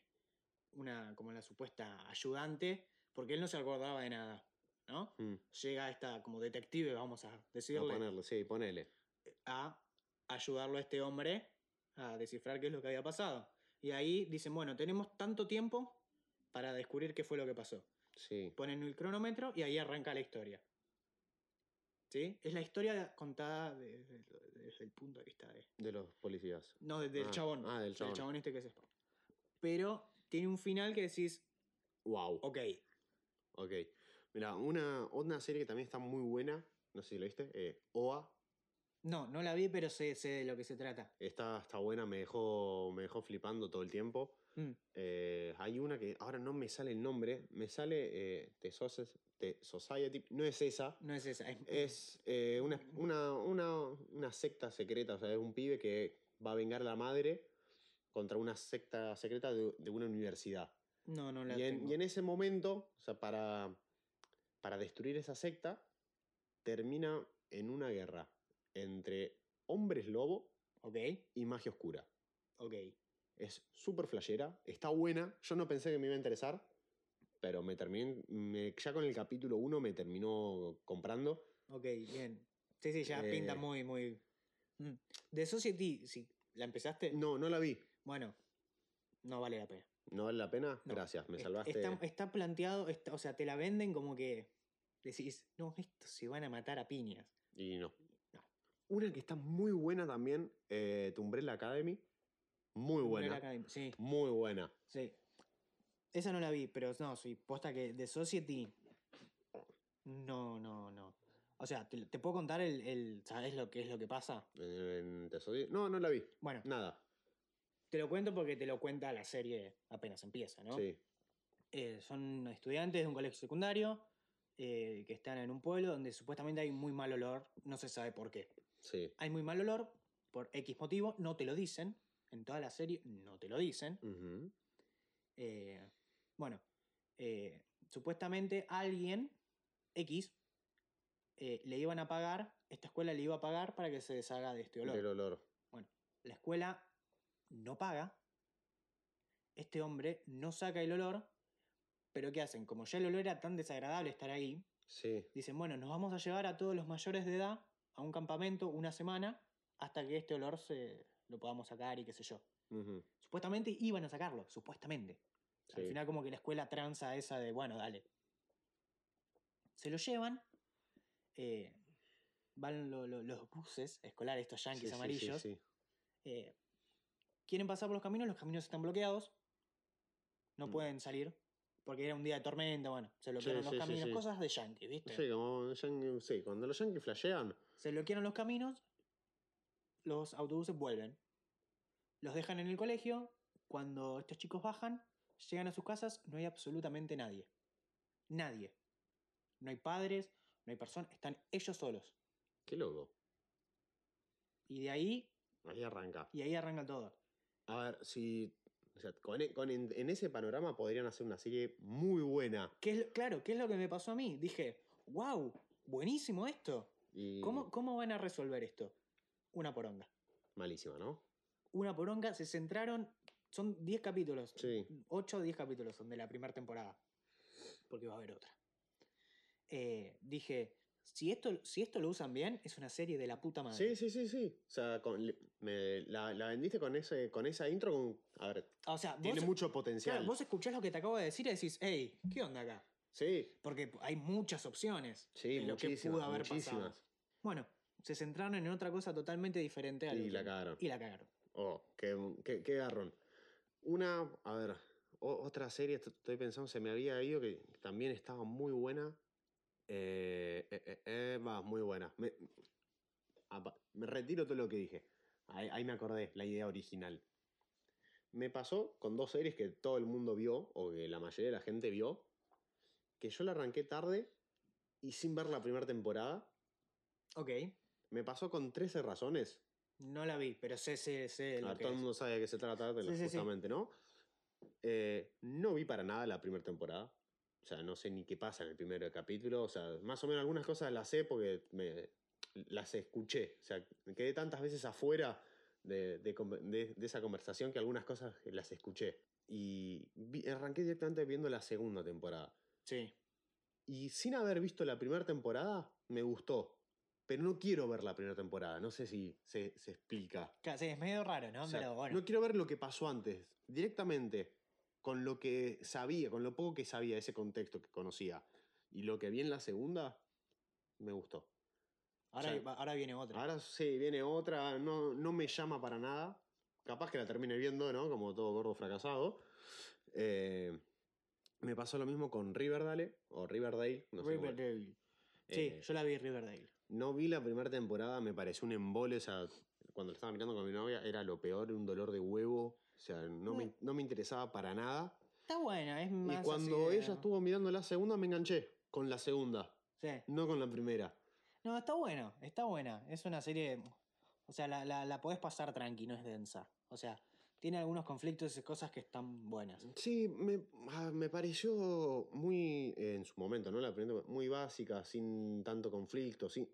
una, como la supuesta ayudante, porque él no se acordaba de nada, ¿no? Mm. Llega esta como detective, vamos a A decirle, ponerle, sí, ponele. a ayudarlo a este hombre a descifrar qué es lo que había pasado. Y ahí dicen, bueno, tenemos tanto tiempo para descubrir qué fue lo que pasó. Sí. Ponen el cronómetro y ahí arranca la historia. ¿Sí? Es la historia contada de- de- de- desde el punto de vista de, De los policías. no, de- del Ah, chabón. ah, del chabón. este que se escapa. Pero tiene un final que decís, Wow. ok, Ok. Mira, una, una serie que también está muy buena, no sé si lo viste, eh, OA, no, no la vi, pero sé, sé de lo que se trata. está, está buena, me dejó, me dejó flipando todo el tiempo. Mm. Eh, hay una que ahora no me sale el nombre, me sale eh, The, Soci- The Society, no es esa, No es esa. Es, es eh, una, una, una, una secta secreta, o sea, es un pibe que va a vengar a la madre contra una secta secreta de- de una universidad. no, no la Y en, tengo. y en ese momento, o sea, para, para destruir esa secta, termina en una guerra entre hombres lobo Ok, y magia oscura. ok. Es súper flashera, está buena. Yo no pensé que me iba a interesar, pero me terminé. me- ya con el capítulo 1 me terminó comprando. Ok, bien. Sí, sí, ya Eh. pinta muy, muy... Mm. De Society, sí. ¿La empezaste? No, no la vi. Bueno, no vale la pena. ¿No Eh, vale la pena? No. Gracias, me Est- salvaste. Está, está planteado, está- o sea, te la venden como que decís, no, estos se van a matar a piñas. Y no. No. Una que está muy buena también, eh, Tu Umbrella Academy. Muy buena. Umbrella Academy, Sí. Muy buena. Sí. Esa no la vi, pero no, sí, posta que de Society. No, no, no. O sea, te, te puedo contar el, el. ¿Sabes lo que es lo que pasa? En- en Tesoro- No, no la vi. Bueno, Nada. te lo cuento porque te lo cuenta la serie apenas empieza, ¿no? Sí. Eh, son estudiantes de un colegio secundario eh, que están en un pueblo donde supuestamente hay muy mal olor, no se sabe por qué. Sí. Hay muy mal olor por X motivo, no te lo dicen, En toda la serie no te lo dicen. Ujú. Eh, bueno, eh, supuestamente alguien, X, eh, le iban a pagar, esta escuela le iba a pagar para que se deshaga de este olor. Del olor. La escuela no paga, este hombre no saca el olor, pero ¿qué hacen? Como ya el olor era tan desagradable estar ahí, Sí. dicen, bueno, nos vamos a llevar a todos los mayores de edad a un campamento una semana hasta que este olor se lo podamos sacar y qué sé yo. Ujú. Supuestamente iban a sacarlo, supuestamente. Al Sí. final como que la escuela tranza esa de, bueno, dale. Se lo llevan, eh, van lo- lo- los buses escolares, estos Sí, sí, yanquis sí, amarillos, sí. eh, quieren pasar por los caminos, los caminos están bloqueados, no Mm. pueden salir, porque era un día de tormenta, bueno, se bloquearon los sí, sí, caminos, sí. cosas de yanquis, ¿viste? Sí, como yan- sí, cuando los yankees flashean. Se bloquearon los caminos, los autobuses vuelven. Los dejan en el colegio, cuando estos chicos bajan, llegan a sus casas, no hay absolutamente nadie. Nadie. No hay padres, no hay personas, están ellos solos. Qué loco. Y de ahí, Ahí arranca. y ahí arranca todo. A ver, si. o sea, con, e- con- en, en ese panorama podrían hacer una serie muy buena. ¿Qué es lo- claro, ¿qué es lo que me pasó a mí? Dije, wow, buenísimo esto. Y ¿Cómo, ¿Cómo van a resolver esto? Una poronga. Malísima, ¿no? Una poronga, se centraron, son 10 capítulos, Sí. 8 o 10 capítulos son de la primera temporada. Porque va a haber otra. Eh, dije, si esto, si esto lo usan bien, es una serie de la puta madre. Sí, sí, sí, sí. O sea, con- le- me- la, la vendiste con, ese, con esa intro. Con, a ver, O sea, tiene vos, mucho potencial. claro, vos escuchás lo que te acabo de decir y decís, hey, ¿qué onda acá? Sí, Porque hay muchas opciones sí, de lo que muchísimas. pudo haber muchísimas. pasado. Bueno, se centraron en otra cosa totalmente diferente a lo Y que- la cagaron. Y la cagaron. Oh, qué, qué, qué garrón. Una, a ver, o- otra serie, est- estoy pensando, se me había ido que también estaba muy buena. Eh, eh, eh, eh, va, muy buena. Me, apa- me retiro todo lo que dije. Ahí, ahí me acordé, la idea original. Me pasó con dos series que todo el mundo vio, o que la mayoría de la gente vio, que yo la arranqué tarde y sin ver la primera temporada. Ok, Me pasó con 13 razones. no la vi, pero sé, sé, sé A lo ver, que todo el es. mundo sabe de qué se trata, pero Sí, sí, sí. justamente, ¿no? Eh, no vi para nada la primera temporada. O sea, no sé ni qué pasa en el primer capítulo. O sea, más o menos algunas cosas las sé porque me, las escuché. O sea, me quedé tantas veces afuera de, de conver- de- de esa conversación que algunas cosas las escuché. Y vi- arranqué directamente viendo la segunda temporada. Sí. Y sin haber visto la primera temporada, me gustó. Pero no quiero ver la primera temporada. No sé si se- se explica. Claro, sí, es medio raro, ¿no? O sea, pero bueno. No quiero ver lo que pasó antes. Directamente, con lo que sabía, con lo poco que sabía, ese contexto que conocía. Y lo que vi en la segunda, me gustó. ahora, o sea, ah, va- ahora viene otra. Ahora sí, viene otra, no, no me llama para nada. Capaz que la termine viendo, ¿no? Como todo gordo fracasado. Eh, me pasó lo mismo con Riverdale, o Riverdale, no sé cómo- Riverdale. Sí, eh, yo la vi Riverdale. no vi la primera temporada, me pareció un embole. O sea, cuando la estaba mirando con mi novia, era lo peor, un dolor de huevo. O sea, no, me, no me interesaba para nada. Está buena, es más. y así cuando de- ella estuvo mirando la segunda, me enganché con la segunda, Sí. no con la primera. No, está bueno, está buena. Es una serie. O sea, la, la, la podés pasar tranqui, no es densa. O sea, tiene algunos conflictos y cosas que están buenas. Sí, me, ah, me pareció muy, eh, en su momento, ¿no? La primera, muy básica, sin tanto conflicto, sin,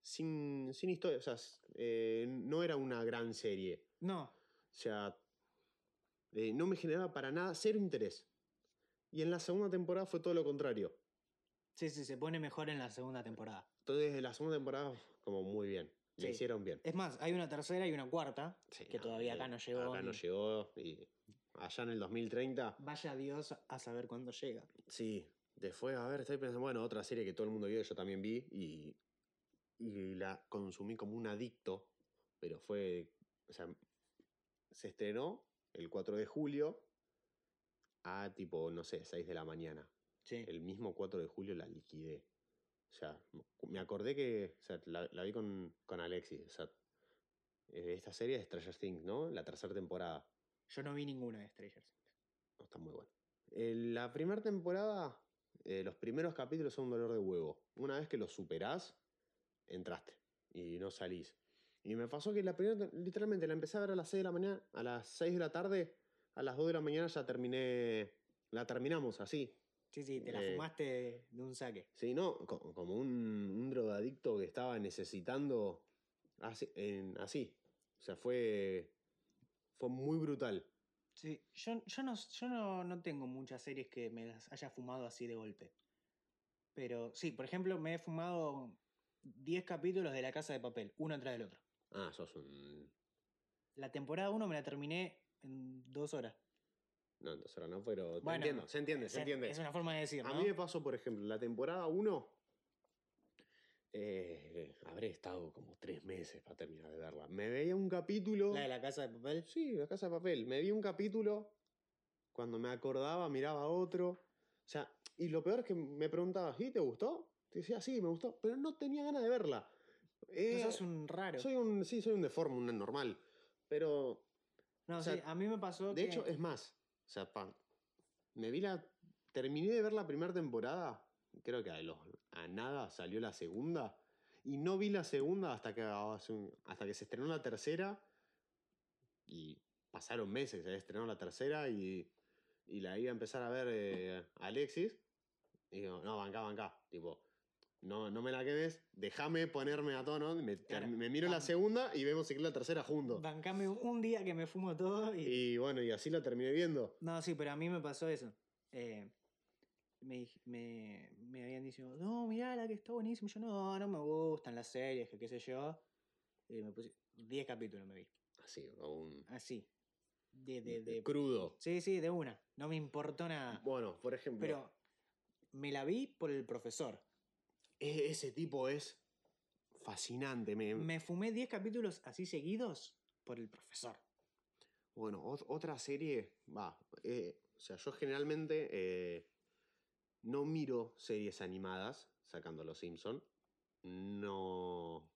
sin, sin historia. O sea, s- eh, no era una gran serie. No, O sea, eh, no me generaba para nada cero interés. Y en la segunda temporada fue todo lo contrario. sí, sí, se pone mejor en la segunda temporada. Entonces, en la segunda temporada, como muy bien. Le Sí. hicieron bien. Es más, hay una tercera y una cuarta. Sí, que todavía acá eh, no llegó Acá no y- llegó. Y allá en el 2030, Vaya Dios a saber cuándo llega. sí. Después, a ver, estoy pensando, bueno, otra serie que todo el mundo vio, yo también vi. Y, y la consumí como un adicto. Pero fue. O sea, se estrenó el 4 de julio a tipo, no sé, 6 de la mañana. Sí. el mismo 4 de julio la liquidé. O sea, me acordé que o sea, la, la vi con, con Alexis. O sea, eh, esta serie es Stranger Things, ¿no? La tercera temporada. Yo no vi ninguna de Stranger Things. No, está muy buena. Eh, la primera temporada, eh, los primeros capítulos son un dolor de huevo. Una vez que los superás, entraste y no salís. Y me pasó que la primera, literalmente, la empecé a ver a las 6 de la mañana, a las 6 de la tarde, a las 2 de la mañana ya terminé, la terminamos así. Sí, sí, te la Eh. fumaste de, de un saque. Sí, no, Co- como un, un drogadicto que estaba necesitando así, en- así. O sea, fue, fue muy brutal. Sí, yo, yo, no, yo no, no tengo muchas series que me las haya fumado así de golpe. Pero sí, por ejemplo, me he fumado 10 capítulos de La Casa de Papel, uno tras del otro. Ah, sos un... La temporada 1 me la terminé en dos horas. No, entonces ahora no, pero... te Bueno, entiendo, se entiende, Es- se entiende. Es una forma de decir, A ¿no? mí me pasó, por ejemplo, la temporada 1. eh, habré estado como tres meses para terminar de verla. Me veía un capítulo. La de La Casa de Papel. Sí, la casa de papel. Me vi un capítulo. Cuando me acordaba, miraba otro. O sea, y lo peor es que me preguntabas, ¿y te gustó? Te decía, sí, me gustó. Pero no tenía ganas de verla. Eh, Eso es un raro. Soy un. Sí, soy un deforme, un normal. Pero no, o sea, sí, a mí me pasó de que- hecho, es más. O sea, pa- me vi la. Terminé de ver la primera temporada. Creo que a, los, a nada salió la segunda. Y no vi la segunda hasta que, hace un- hasta que se estrenó la tercera. Y pasaron meses. Se estrenó la tercera y, y la iba a empezar a ver eh, Alexis. Y digo, no, bancá, bancá. Tipo, no, no me la quemes. Déjame ponerme a tono. Me, Claro. me miro la Ban- segunda y vemos si la tercera juntos. Bancame un día que me fumo todo y... Y bueno, y así la terminé viendo. No, sí, pero a mí me pasó eso. Eh, me, dij- me, me habían dicho, no, mirá la que está buenísima. Yo, no, no me gustan las series, que qué sé yo. Y me puse 10 capítulos me vi. Así, o un Así. De, de, de- crudo. Sí, sí, de una. No me importó nada. Bueno, por ejemplo, Pero me la vi por el profesor. e- ese tipo es fascinante. me- Me fumé 10 capítulos así seguidos por el profesor. Bueno, ot- otra serie, va. eh, o sea, yo generalmente eh, no miro series animadas, sacando Los Simpson. No.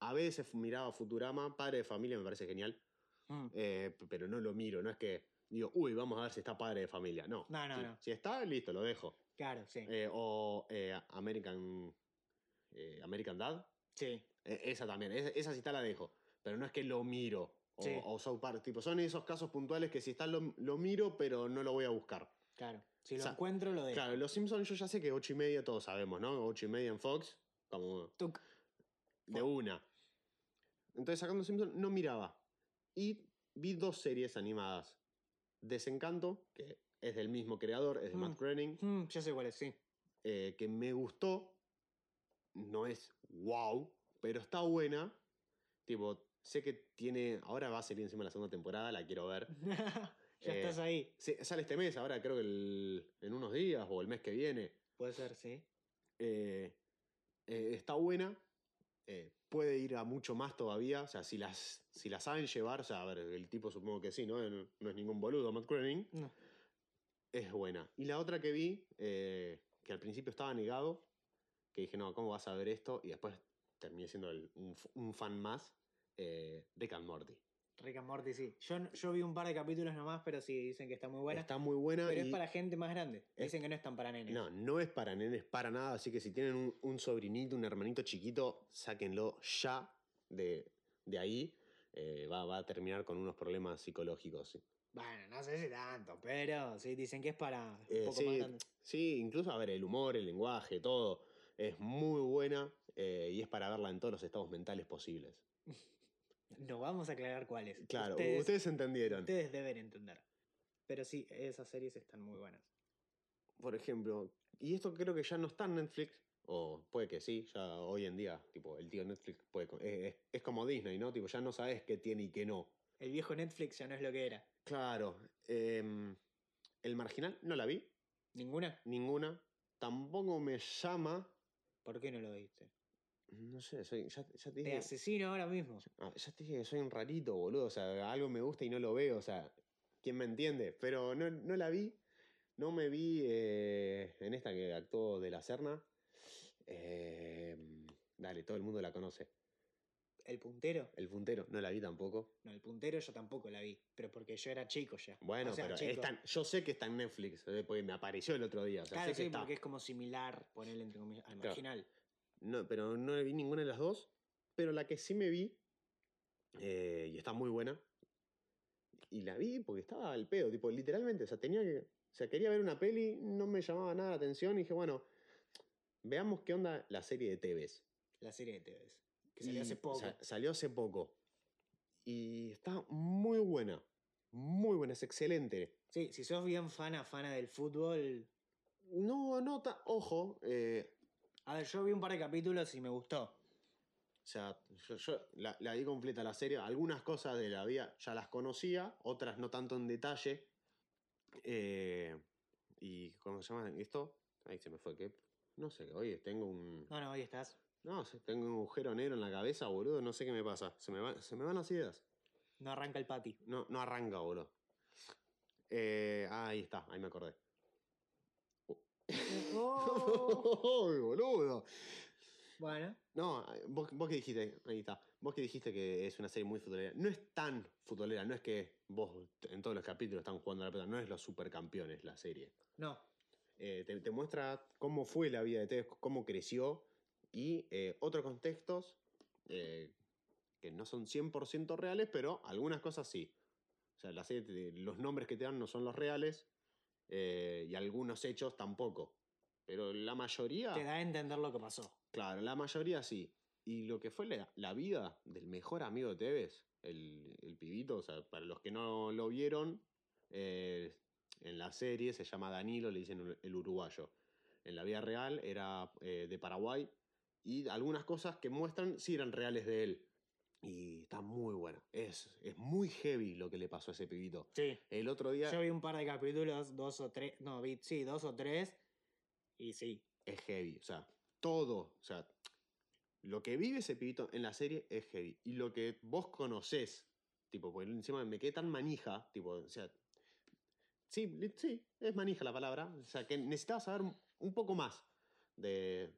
A veces miraba Futurama, Padre de Familia me parece genial, Mm. eh, p- pero no lo miro, no es que digo, uy, vamos a ver si está Padre de Familia. No, No, no, si- no. si está, listo, lo dejo. Claro, sí. Eh, o eh, American. eh, American Dad. sí. Eh, esa también. Esa, esa sí está la dejo. Pero no es que lo miro. O, Sí. o South Park. Tipo, son esos casos puntuales que si está lo, lo miro, pero no lo voy a buscar. Claro. Si lo O sea, encuentro, lo dejo. Claro, los Simpsons yo ya sé que ocho y media todos sabemos, ¿no? Ocho y media en Fox. Como Tuc. de una. Entonces, sacando Simpsons, no miraba. Y vi dos series animadas. Desencanto, que es del mismo creador, es de Mm. Matt Groening. Mm, ya sé cuál es, sí. *laughs* eh, que me gustó. No es wow, pero está buena. Tipo, sé que tiene. Ahora va a salir encima la segunda temporada, la quiero ver. ya Eh, estás ahí. Se- sale este mes, ahora creo que el- en unos días o el mes que viene. Puede ser, sí. Eh, eh, está buena. eh, puede ir a mucho más todavía. O sea, si las, si las saben llevar, o sea, a ver, el tipo supongo que sí, ¿no? No, no es ningún boludo, Matt Groening. No. Es buena. Y la otra que vi, eh, que al principio estaba negado, que dije, no, ¿cómo vas a ver esto? Y después terminé siendo el- un, f- un fan más eh, de Can Morty. Rick and Morty, sí. Yo, n- yo vi un par de capítulos nomás, pero sí dicen que está muy buena. Está muy buena. pero y- es para gente más grande. es- Dicen que no es tan para nenes. No, no es para nenes, para nada. Así que si tienen un, un sobrinito, un hermanito chiquito, sáquenlo ya de, de ahí. Eh, va, va a terminar con unos problemas psicológicos. sí. Bueno, no sé si tanto, pero sí dicen que es para un Eh, poco sí. más grande. Sí, incluso, a ver, el humor, el lenguaje, todo. Es muy buena eh, y es para verla en todos los estados mentales posibles. No vamos a aclarar cuáles. Claro, ustedes, ustedes, entendieron. ustedes deben entender. Pero sí, esas series están muy buenas. Por ejemplo, y esto creo que ya no está en Netflix, o puede que sí, ya hoy en día, tipo, el tío Netflix puede, co- eh, es, es como Disney, ¿no? Tipo, ya no sabes qué tiene y qué no. El viejo Netflix ya no es lo que era. Claro. em, el marginal no la vi, ¿Ninguna? ninguna. Tampoco me llama. ¿Por qué no lo viste? No sé, soy, ya, ya te Te dije. asesino ahora mismo. Ah, ya te dije que soy un rarito, boludo. O sea, algo me gusta y no lo veo. O sea, ¿quién me entiende? Pero no, no la vi. No me vi eh, en esta que actuó de la Serna. Eh, dale, todo el mundo la conoce. ¿El puntero? El puntero, no la vi tampoco. No, el puntero yo tampoco la vi. Pero porque yo era chico ya. Bueno, O sea, pero chico. está en- yo sé que está en Netflix, eh, porque me apareció el otro día. O sea, Claro, sé que sí, está. porque es como similar, ponerle entre comillas, al Claro. marginal. No, pero no vi ninguna de las dos. Pero la que sí me vi Eh, y está muy buena. Y la vi porque estaba al pedo, tipo, literalmente. O sea, tenía que. O sea, quería ver una peli, no me llamaba nada la atención. Y dije, bueno, veamos qué onda la serie de TVs. La serie de TVs. Que Y salió hace poco. sa- salió hace poco. Y está muy buena. Muy buena, es excelente. Sí, si sos bien fana, fana del fútbol. No, no, ta- ojo. eh, A ver, yo vi un par de capítulos y me gustó. o sea, yo, yo la, la vi completa la serie. Algunas cosas de la vida ya las conocía, otras no tanto en detalle. Eh, ¿Y cómo se llama esto? Ahí se me fue, que No sé, oye, tengo un. No, no, ahí estás. No, sé, tengo un agujero negro en la cabeza, boludo. No sé qué me pasa. Se me, va- se me van las ideas. No arranca el *laughs* pati. No, no arranca, boludo. Eh, ah, ahí está, ahí me acordé. *laughs* Uy, boludo! Oh. bueno, No, vos, vos que dijiste, ahí está. Vos que dijiste que es una serie muy futbolera. No es tan futbolera, no es que vos t- en todos los capítulos están jugando a la pelota, no es los supercampeones la serie. no. Eh, te, te muestra cómo fue la vida de Tevez, cómo creció y eh, otros contextos eh, que no son 100% reales, pero algunas cosas sí. O sea, la serie te- los nombres que te dan no son los reales eh, y algunos hechos tampoco. Pero la mayoría... Te da a entender lo que pasó. Claro, la mayoría sí. Y lo que fue la, la vida del mejor amigo de Tevez, el, el pibito, o sea, para los que no lo vieron, eh, en la serie se llama Danilo, le dicen ur- el uruguayo. En la vida real era eh, de Paraguay y algunas cosas que muestran sí eran reales de él. Y está muy buena. Es, es muy heavy lo que le pasó a ese pibito. Sí. El otro día Yo vi un par de capítulos, dos o tres. No, vi, sí, dos o tres. Y sí. es heavy. O sea, todo. O sea, lo que vive ese pibito en la serie es heavy. Y lo que vos conocés, tipo, porque encima me quedé tan manija, tipo, o sea. Sí, li- sí, es manija la palabra. O sea, que necesitaba saber un- un poco más de,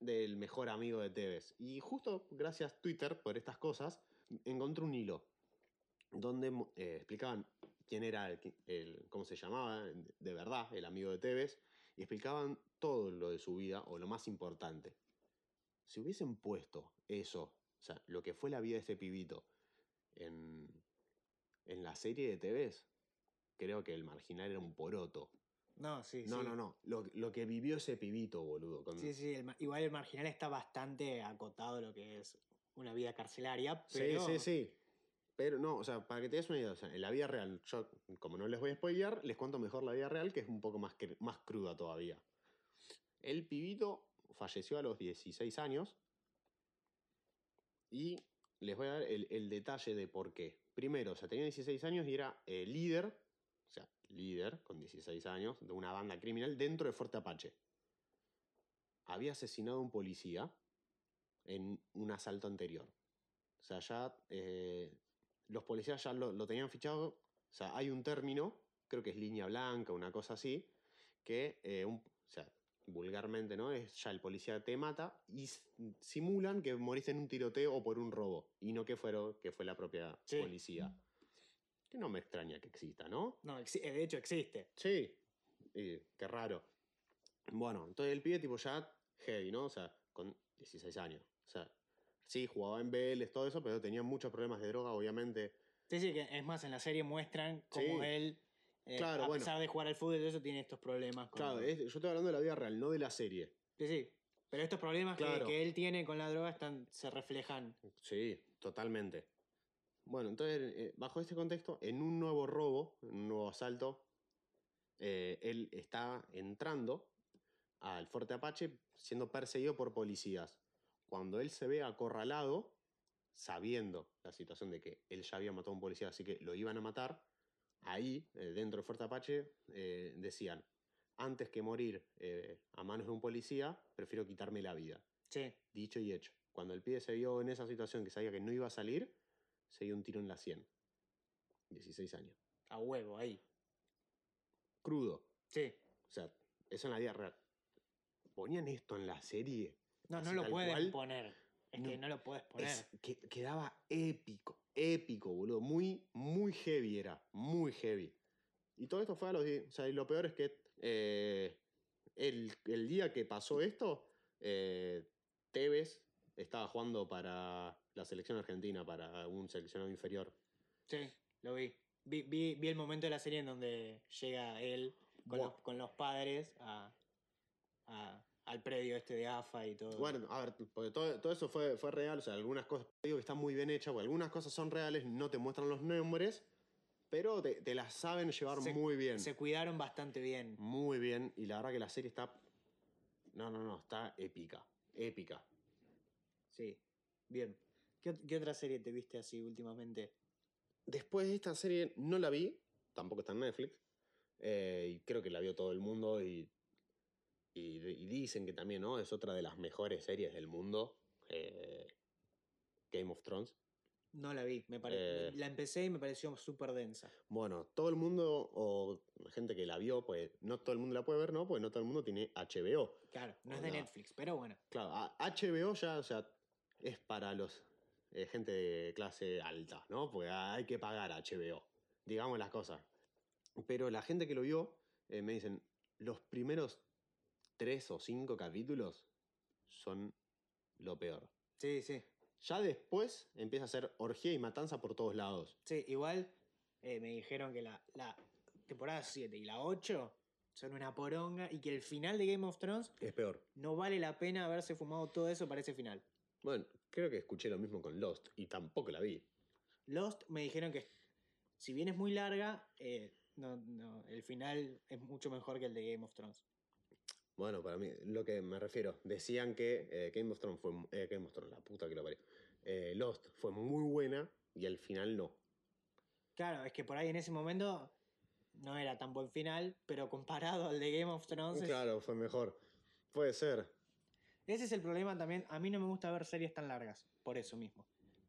del mejor amigo de Tevez. Y justo gracias Twitter por estas cosas, encontré un hilo donde mo- eh, explicaban quién era, el, qui- el- cómo se llamaba de- de verdad el amigo de Tevez, y explicaban todo lo de su vida o lo más importante. Si hubiesen puesto eso, o sea, lo que fue la vida de ese pibito en, en la serie de Tevez, creo que el marginal era un poroto. No, sí. No, sí. no, no. Lo, lo que vivió ese pibito, boludo. con- Sí, sí. el ma- igual el marginal está bastante acotado lo que es una vida carcelaria. Sí, Pero sí, sí. Pero no, o sea, para que te des una idea, o sea, en la vida real, yo, como no les voy a spoilear, les cuento mejor la vida real, que es un poco más, cr- más cruda todavía. El pibito falleció a los 16 años. Y les voy a dar el, el detalle de por qué. Primero, o sea, tenía 16 años y era eh, líder, o sea, líder con 16 años, de una banda criminal dentro de Fuerte Apache. Había asesinado a un policía en un asalto anterior. O sea, ya eh, los policías ya lo, lo tenían fichado. O sea, hay un término, creo que es línea blanca, una cosa así, que eh, un- o sea, vulgarmente, ¿no? Es ya el policía te mata y s- simulan que moriste en un tiroteo o por un robo. Y no que, fueron, que fue la propia Sí. policía. Que no me extraña que exista, ¿no? No, exi- eh, de hecho existe. Sí. Y qué raro. Bueno, entonces el pibe tipo ya heavy, ¿no? O sea, con 16 años. O sea, sí, jugaba en Vélez, todo eso, pero tenía muchos problemas de droga, obviamente. Sí, sí, que es más, en la serie muestran cómo Sí. él, eh, Claro, a bueno. pesar de jugar al fútbol, y todo eso tiene estos problemas. con- Claro, es- yo estoy hablando de la vida real, no de la serie. Sí, sí. Pero estos problemas que- Claro. que, él tiene con la droga están, se reflejan. Sí, totalmente. Bueno, entonces, eh, bajo este contexto, en un nuevo robo, en un nuevo asalto, eh, él está entrando al Fuerte Apache siendo perseguido por policías. Cuando él se ve acorralado, sabiendo la situación de que él ya había matado a un policía, así que lo iban a matar, ahí, eh, dentro del Fuerte Apache, eh, decían, antes que morir eh, a manos de un policía, prefiero quitarme la vida. Sí. Dicho y hecho. Cuando el pibe se vio en esa situación que sabía que no iba a salir, se dio un tiro en la sien. 16 años. A huevo, ahí. Crudo. Sí. O sea, eso en la vida real. Ponían esto en la serie. No, Así no lo tal puedes cual. poner. Es que no No. lo puedes poner. Es- que, quedaba épico, épico, boludo. Muy, muy heavy era. Muy heavy. Y todo esto fue a los... die- O sea, y lo peor es que eh, el, el día que pasó esto, eh, Tevez estaba jugando para la selección argentina para un seleccionado inferior. Sí, lo vi. Vi, vi. vi el momento de la serie en donde llega él con, Buah. los, con los padres a, a- al predio este de AFA y todo. Bueno, a ver, porque todo, todo eso fue, fue real, o sea, algunas cosas, digo que están muy bien hechas, porque algunas cosas son reales, no te muestran los nombres, pero te, te las saben llevar Se- muy bien. se cuidaron bastante bien. Muy bien, y la verdad que la serie está... No, no, no, está épica, épica. Sí, bien. ¿Qué, ot- qué otra serie te viste así últimamente? Después de esta serie no la vi, tampoco está en Netflix, eh, y creo que la vio todo el mundo y, y, y dicen que también, ¿no? Es otra de las mejores series del mundo, eh, Game of Thrones. No la vi, me pare- Eh. la empecé y me pareció súper densa. Bueno, todo el mundo, o la gente que la vio, pues no todo el mundo la puede ver, ¿no? Pues no todo el mundo tiene HBO. Claro, no es de Hola. Netflix, pero bueno. Claro, a- HBO ya, o sea, es para los eh, gente de clase alta, ¿no? Porque hay que pagar HBO, digamos las cosas. Pero la gente que lo vio, eh, me dicen, los primeros tres o cinco capítulos son lo peor. Sí, sí. Ya después empieza a ser orgía y matanza por todos lados. Sí, igual eh, me dijeron que la, la temporada 7 y la 8 son una poronga y que el final de Game of Thrones Es peor. no vale la pena haberse fumado todo eso para ese final. Bueno, creo que escuché lo mismo con Lost y tampoco la vi. Lost me dijeron que si bien es muy larga, eh, no, no, el final es mucho mejor que el de Game of Thrones. Bueno, para mí, lo que me refiero, decían que eh, Game of Thrones fue. mu- eh, Game of Thrones, la puta que lo parió. Eh, Lost fue muy buena y al final no. Claro, es que por ahí en ese momento no era tan buen final, pero comparado al de Game of Thrones, es- claro, fue mejor. Puede ser. Ese es el problema también. A mí no me gusta ver series tan largas, por eso mismo.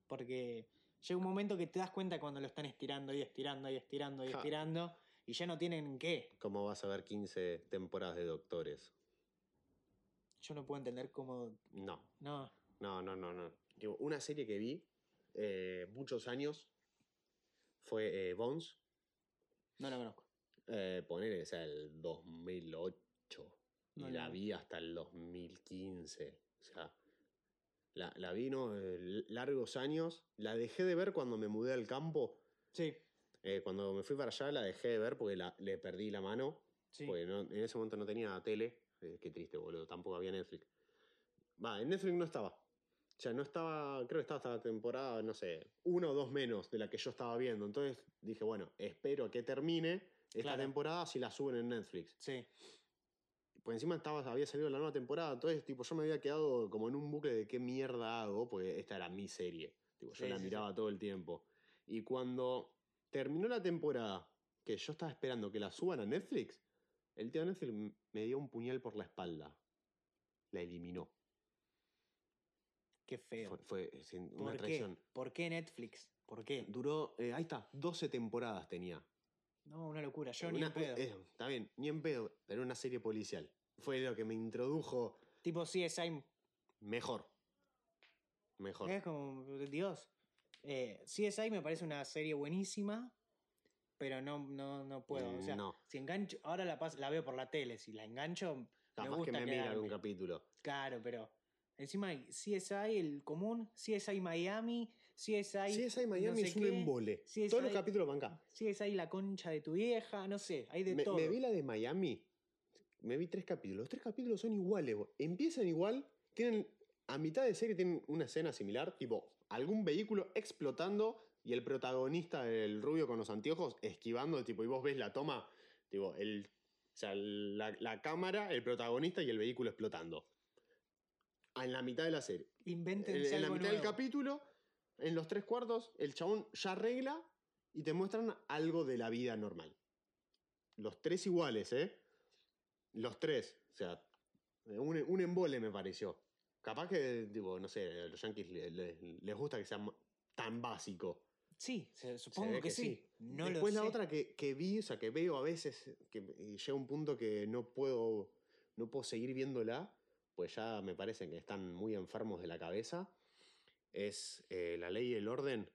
Porque llega un momento que te das cuenta cuando lo están estirando y estirando y estirando y Ja. estirando y ya no tienen qué. ¿Cómo vas a ver 15 temporadas de Doctores? Yo no puedo entender cómo... No, No, no, no, no, no. Digo, una serie que vi eh, muchos años fue eh, Bones. no lo conozco. Eh, poner, o sea, el 2008. No, y no, la no. vi hasta el 2015. O sea, la, la vi, ¿no? Eh, largos años. La dejé de ver cuando me mudé al campo. Sí, Eh, cuando me fui para allá la dejé de ver porque la- le perdí la mano. sí. Porque no- en ese momento no tenía tele. Eh, qué triste, boludo. Tampoco había Netflix. Va, en Netflix no estaba. O sea, no estaba, creo que estaba hasta la temporada, no sé, uno o dos menos de la que yo estaba viendo. Entonces dije, bueno, espero que termine esta Claro. temporada si la suben en Netflix. Sí, Pues encima estaba, había salido la nueva temporada, entonces tipo, yo me había quedado como en un bucle de qué mierda hago, porque esta era mi serie. Tipo, yo Sí, la sí, miraba todo el tiempo. Y cuando terminó la temporada, que yo estaba esperando que la suban a Netflix, el tío de Netflix m- me dio un puñal por la espalda. La eliminó. qué feo. Fue, fue, eh, sin- una ¿Por qué? traición. ¿Por qué Netflix? ¿Por qué? Duró, eh, ahí está, 12 temporadas tenía. No, una locura. Yo ni Una- en pedo. eh, está bien, ni en pedo, pero una serie policial. Fue lo que me introdujo Tipo CSI... mejor. Mejor. Es como... Dios. Eh, CSI me parece una serie buenísima, pero no, no, no puedo. O sea, no, Si engancho, ahora la, pas- la veo por la tele, si la engancho, capaz que gusta me mira quedarme. algún capítulo. claro, pero encima hay CSI, el común, CSI Miami, CSI, CSI no Miami sé es un qué. embole. CSI Todos los capítulos van acá. CSI la concha de tu vieja, no sé, hay de Me, todo. me vi la de Miami. Me vi tres capítulos. Los tres capítulos son iguales. bo- Empiezan igual. Tienen. A mitad de serie tienen una escena similar. Tipo, algún vehículo explotando. Y el protagonista, el rubio con los anteojos, esquivando. Tipo, y vos ves la toma. Tipo, el. O sea, la, la cámara, el protagonista y el vehículo explotando. En la mitad de la serie. Invéntense en, en la algo mitad del nuevo. capítulo, en los tres cuartos, el chabón ya arregla y te muestran algo de la vida normal. Los tres iguales, ¿eh? Los tres. O sea, un, un embole me pareció. Capaz que, tipo, no sé, a los yankees le- le- les gusta que sea mo- tan básico. Sí, se- ve supongo que, que sí. sí. No Después lo la sé. otra que, que vi, o sea, que veo a veces, que y llega un punto que no puedo, no puedo seguir viéndola, pues ya me parece que están muy enfermos de la cabeza, es eh, La Ley y el Orden,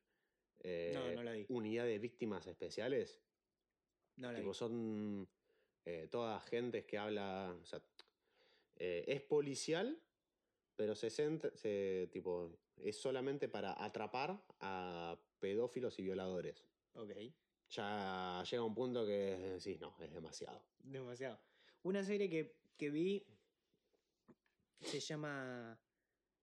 eh, No, no la vi. Unidad de Víctimas Especiales, No la tipo, vi. son eh, todas gentes que habla, o sea, eh, es policial, pero se centra, se, tipo, Es solamente para atrapar a pedófilos y violadores. Ok. Ya llega un punto que sí, no, es demasiado. Demasiado. Una serie que, que vi se llama.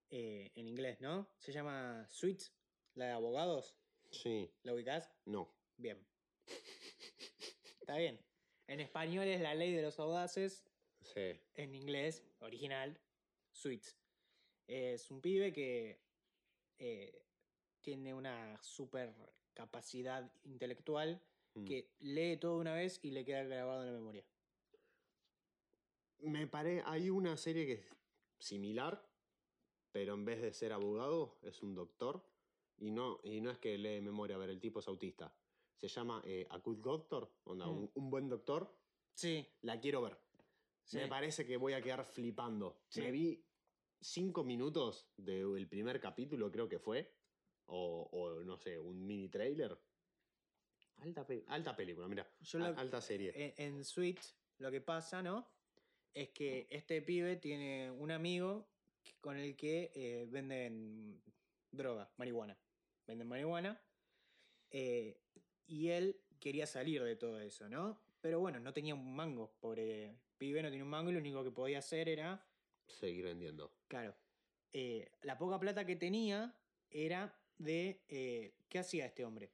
eh, en inglés, ¿no? Se llama Suits, la de abogados. Sí, ¿La ubicás? no. Bien. Está bien. En español es La Ley de los Audaces. Sí, En inglés, original, Suits. Es un pibe que eh, tiene una super capacidad intelectual mm. que lee todo una vez y le queda grabado en la memoria. Me paré. Hay una serie que es similar, pero en vez de ser abogado, es un doctor. Y no, y no es que lee de memoria, a ver, el tipo es autista. Se llama eh, A Good Doctor, onda, Mm. un, un buen doctor. Sí. La quiero ver. Sí. Me parece que voy a quedar flipando. Sí. Me vi cinco minutos del primer capítulo, creo que fue. O, o, no sé, un mini trailer. Alta, pe- alta película, mira. Yo la- eh, alta serie. en, en Sweet lo que pasa, ¿no? Es que este pibe tiene un amigo que- con el que eh, venden droga, marihuana. Venden marihuana. eh, y él quería salir de todo eso, ¿no? Pero bueno, no tenía un mango, pobre pibe, no tenía un mango y lo único que podía hacer era Seguir vendiendo. Claro. Eh, la poca plata que tenía era de... eh, ¿Qué hacía este hombre?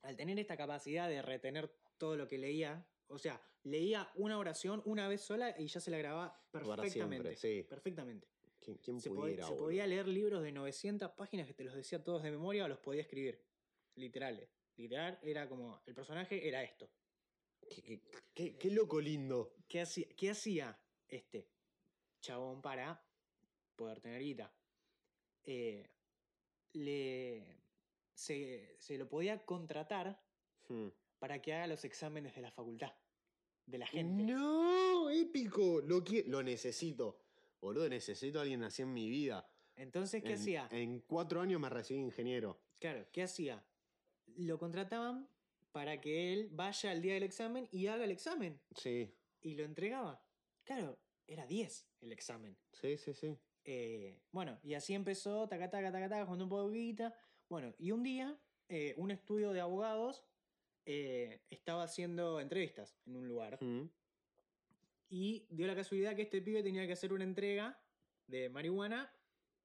Al tener esta capacidad de retener todo lo que leía, o sea, leía una oración una vez sola y ya se la grababa Para perfectamente. siempre, sí. Perfectamente. ¿Quién, quién Se, podía- pudiera, se boludo? podía leer libros de 900 páginas que te los decía todos de memoria o los podía escribir. Literales. Literal era como... El personaje era esto. ¿Qué, qué- qué- qué loco lindo. ¿Qué hacía, qué hacía este chabón para poder tener guita? Eh, le, se, se lo podía contratar para que haga los exámenes de la facultad, de la gente. No, épico. Lo, qui- lo necesito. Boludo, necesito a alguien así en mi vida. Entonces, ¿qué en, hacía? En cuatro años me recibí ingeniero. Claro, ¿qué hacía? Lo contrataban para que él vaya al día del examen y haga el examen. Sí, Y lo entregaba. Claro, era 10 el examen. sí, sí, sí. Eh, bueno, y así empezó, taca, taca, taca, taca, jugando un poco de guita. Bueno, y un día, eh, un estudio de abogados eh, estaba haciendo entrevistas en un lugar. Mm. Y dio la casualidad que este pibe tenía que hacer una entrega de marihuana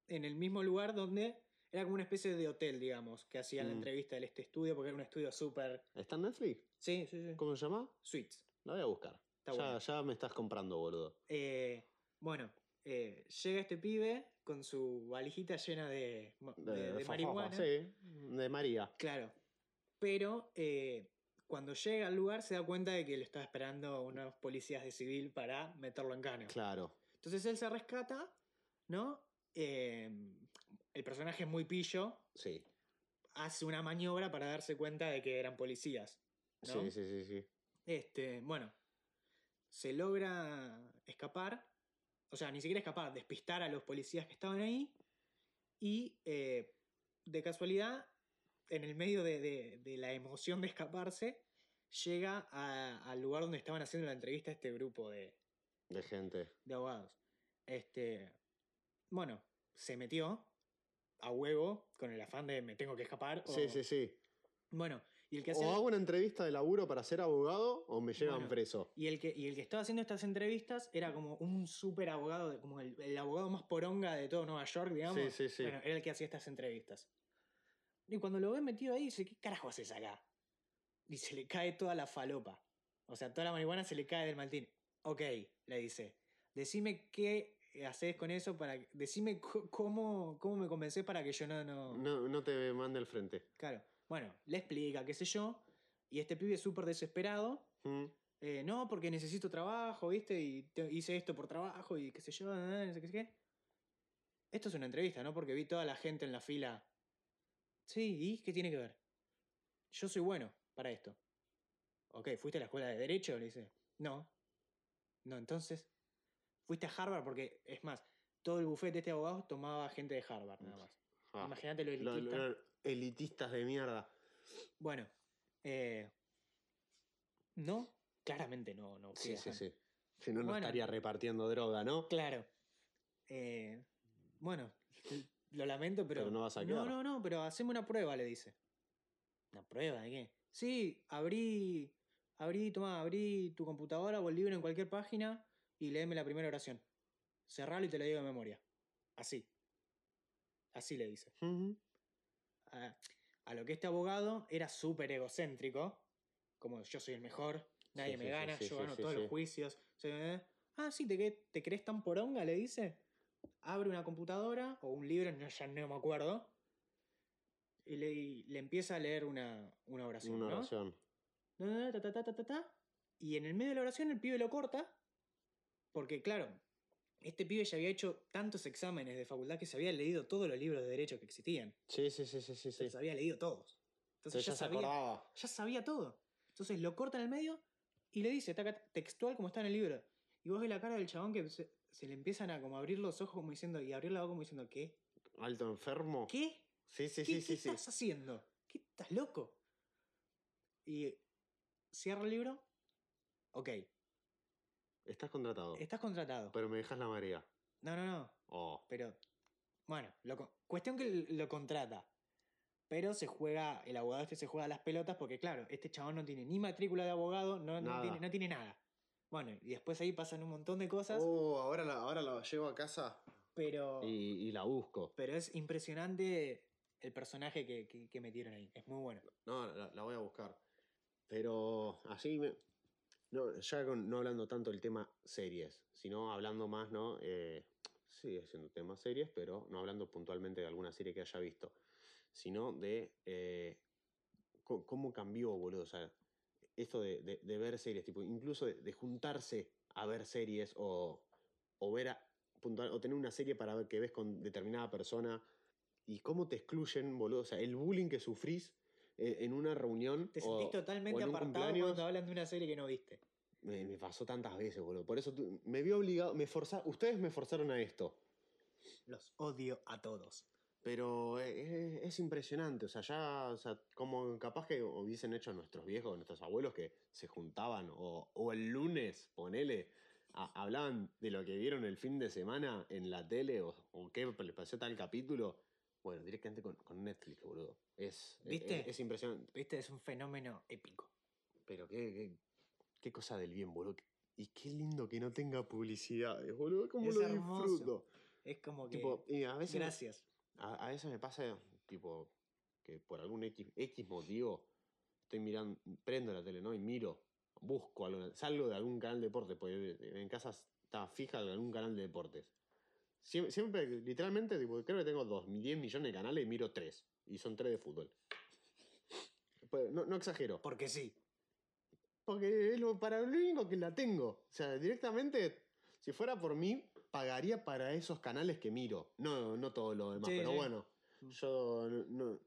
en el mismo lugar donde era como una especie de hotel, digamos, que hacían la Mm. entrevista de este estudio, porque era un estudio súper. ¿Está en Netflix? Sí, sí, sí. ¿Cómo se llama? Suites. La voy a buscar. Está ya, bueno. ya me estás comprando, boludo. Eh, bueno, eh, llega este pibe con su valijita llena de, ma- de- de fa- fa- fa- marihuana. Sí, de María. Claro. Pero eh, cuando llega al lugar se da cuenta de que lo está esperando unos policías de civil para meterlo en cana. Claro. Entonces él se rescata, ¿no? Eh, el personaje es muy pillo, Sí. hace una maniobra para darse cuenta de que eran policías. ¿no? Sí, sí, sí, sí. Este, bueno, se logra escapar, o sea, ni siquiera escapar, despistar a los policías que estaban ahí y eh, de casualidad, en el medio de, de- de la emoción de escaparse, llega a- al lugar donde estaban haciendo la entrevista a este grupo de, De gente. de abogados. Este, bueno, se metió a huevo con el afán de me tengo que escapar. o- Sí, sí, sí. Bueno, y el que hace... O la- hago una entrevista de laburo para ser abogado o me llevan Bueno. preso. Y el, que, y el que estaba haciendo estas entrevistas era como un súper abogado, de- como el, el abogado más poronga de todo Nueva York, digamos. Sí, sí, sí. Bueno, era el que hacía estas entrevistas. Y cuando lo ve metido ahí, dice, ¿qué carajo haces acá? Y se le cae toda la falopa. O sea, toda la marihuana se le cae del maltín. Ok, le dice, decime qué haces con eso para... que- Decime co- cómo, cómo me convencés para que yo no... no... No, no te mande al frente. Claro. Bueno, le explica, qué sé yo. Y este pibe es súper desesperado Mm. eh, no, porque necesito trabajo, ¿viste? Y te- hice esto por trabajo y qué sé yo, eh, no sé qué, sé qué. Esto es una entrevista, ¿no? Porque vi toda la gente en la fila. Sí, ¿y qué tiene que ver? Yo soy bueno para esto. Ok, ¿fuiste a la escuela de Derecho? Le dice. No. No, entonces. Fuiste a Harvard porque, es más, todo el bufete de este abogado tomaba gente de Harvard, nada más. Ah. Imagínate lo Lo- elitista. lo- elitistas de mierda. Bueno. eh, no, claramente no, no. Sí, sí, viajan. sí. Si no, no Bueno. estaría repartiendo droga, ¿no? Claro. Eh, bueno, lo lamento, pero. Pero no vas a no, quedar". no, no, pero haceme una prueba, le dice. ¿Una prueba de qué? Sí, abrí. Abrí, toma, abrí tu computadora o el libro en cualquier página y léeme la primera oración. Cerralo y te lo digo de memoria. Así. Así le dice. Mm, A, a lo que este abogado era súper egocéntrico, como yo soy el mejor, nadie Sí, me sí, sí, gana, sí, yo sí, gano sí, todos sí. los juicios. soy- eh. Ah, sí, ¿te, cre- ¿te crees tan poronga? Le dice. Abre una computadora o un libro, no, ya no me acuerdo. Y le, y le empieza a leer una, una oración. Una ¿no? oración. No, no, no, ta, ta, ta, ta, ta, ta. Y en el medio de la oración el pibe lo corta. Porque, claro, este pibe ya había hecho tantos exámenes de facultad que se había leído todos los libros de derecho que existían. Sí, sí, sí, sí, sí. sí. Se los había leído todos. Entonces Entonces ya, ya se sabía, acordaba. ya sabía todo. Entonces lo corta en el medio y le dice, taca, textual como está en el libro. Y vos ves la cara del chabón que se, se le empiezan a como abrir los ojos como diciendo, y abrir la boca como diciendo, ¿qué? Alto enfermo. ¿Qué? Sí, sí, ¿Qué, sí, qué sí, sí. estás haciendo? ¿Qué estás loco? Y cierra el libro. Ok, Estás contratado. estás contratado. Pero me dejas la marea. No, no, no. Oh. Pero, bueno, lo con- cuestión que l- lo contrata. Pero se juega, el abogado este se juega a las pelotas porque, claro, este chabón no tiene ni matrícula de abogado, no, no Nada. tiene, no tiene nada. Bueno, y después ahí pasan un montón de cosas, Oh, ahora la, ahora la llevo a casa pero, y, y la busco. pero es impresionante el personaje que, que, que metieron ahí. Es muy bueno. No, la, la voy a buscar. Pero así me- No, ya con- no hablando tanto del tema series, sino hablando más, ¿no? Eh, sigue siendo tema series, pero no hablando puntualmente de alguna serie que haya visto, sino de eh, co- cómo cambió, boludo. O sea, esto de, de- de ver series, tipo, incluso de, de juntarse a ver series o, o ver a- puntual, o tener una serie para ver que ves con determinada persona y cómo te excluyen, boludo. O sea, el bullying que sufrís eh, en una reunión. Te o- sentís totalmente o en un apartado cumpleaños. cuando hablan de una serie que no viste. Me, me pasó tantas veces, boludo. Por eso tu- me vi obligado, me forza, ustedes me forzaron a esto. Los odio a todos. Pero eh, es, es impresionante, o sea, ya, o sea, como capaz que hubiesen hecho nuestros viejos, nuestros abuelos que se juntaban, o, o el lunes, ponele, a- hablaban de lo que vieron el fin de semana en la tele, o, o qué les pasó tal capítulo. Bueno, directamente con, con Netflix, boludo. Es, es- ¿Viste? Es, impresionante. Viste, es un fenómeno épico. Pero qué, qué, qué cosa del bien, boludo. Y qué lindo que no tenga publicidades, boludo. Cómo Es lo hermoso. disfruto. Es como que. Tipo, y a veces. gracias. A, a veces me pasa, tipo, que por algún X, X motivo estoy mirando, prendo la tele, ¿no? Y miro, busco algo, salgo de algún canal de deportes, porque en casa está fija de algún canal de deportes. Siem- Siempre, literalmente, tipo, creo que tengo dos, 10 millones de canales y miro tres. Y son tres de fútbol. Pues, No, no exagero. Porque sí. Porque es lo, para lo único que la tengo. O sea, directamente, si fuera por mí, pagaría para esos canales que miro. No, no todo lo demás, Sí, pero sí. bueno. Mm. Yo no, no-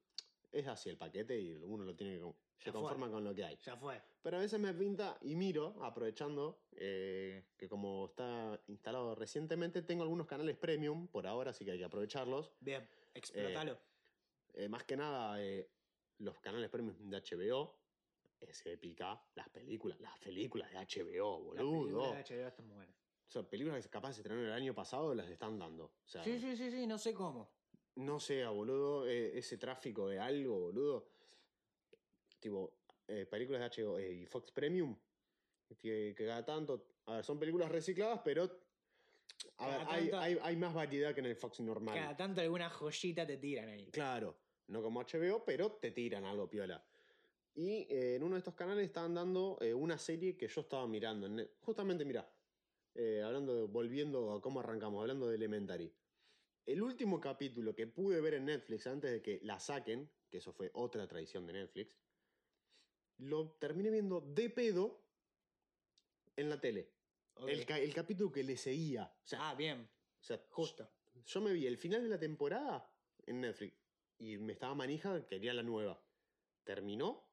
es así el paquete y uno lo tiene que con- se Ya fue. conforma con lo que hay. Ya fue. Pero a veces me pinta y miro, aprovechando eh, que como está instalado recientemente, tengo algunos canales premium por ahora, así que hay que aprovecharlos. Bien, explótalo. Eh, más que nada, eh, los canales premium de HBO. Es épica. Las películas. Las películas de HBO, La boludo. película de HBO está muy buena. O sea, películas que capaz se estrenaron el año pasado las están dando. O sea, Sí, sí, sí, sí, no sé cómo. no sea, boludo, eh, ese tráfico de algo, boludo. Tipo, eh, películas de HBO eh, y Fox Premium. Que, que cada tanto. A ver, son películas recicladas, pero. A Cada ver, hay, tanto- hay- hay más variedad que en el Fox normal. Cada tanto alguna joyita te tiran ahí. Claro, no como HBO, pero te tiran algo piola. Y eh, en uno de estos canales estaban dando eh, una serie que yo estaba mirando. en Net- Justamente, mirá, eh, hablando de- volviendo a cómo arrancamos, hablando de Elementary. El último capítulo que pude ver en Netflix antes de que la saquen, que eso fue otra tradición de Netflix, lo terminé viendo de pedo en la tele. Ok. El, ca- el capítulo que le seguía. O sea, Ah, bien, o sea, justo. yo me vi el final de la temporada en Netflix y me estaba manija, quería la nueva. Terminó,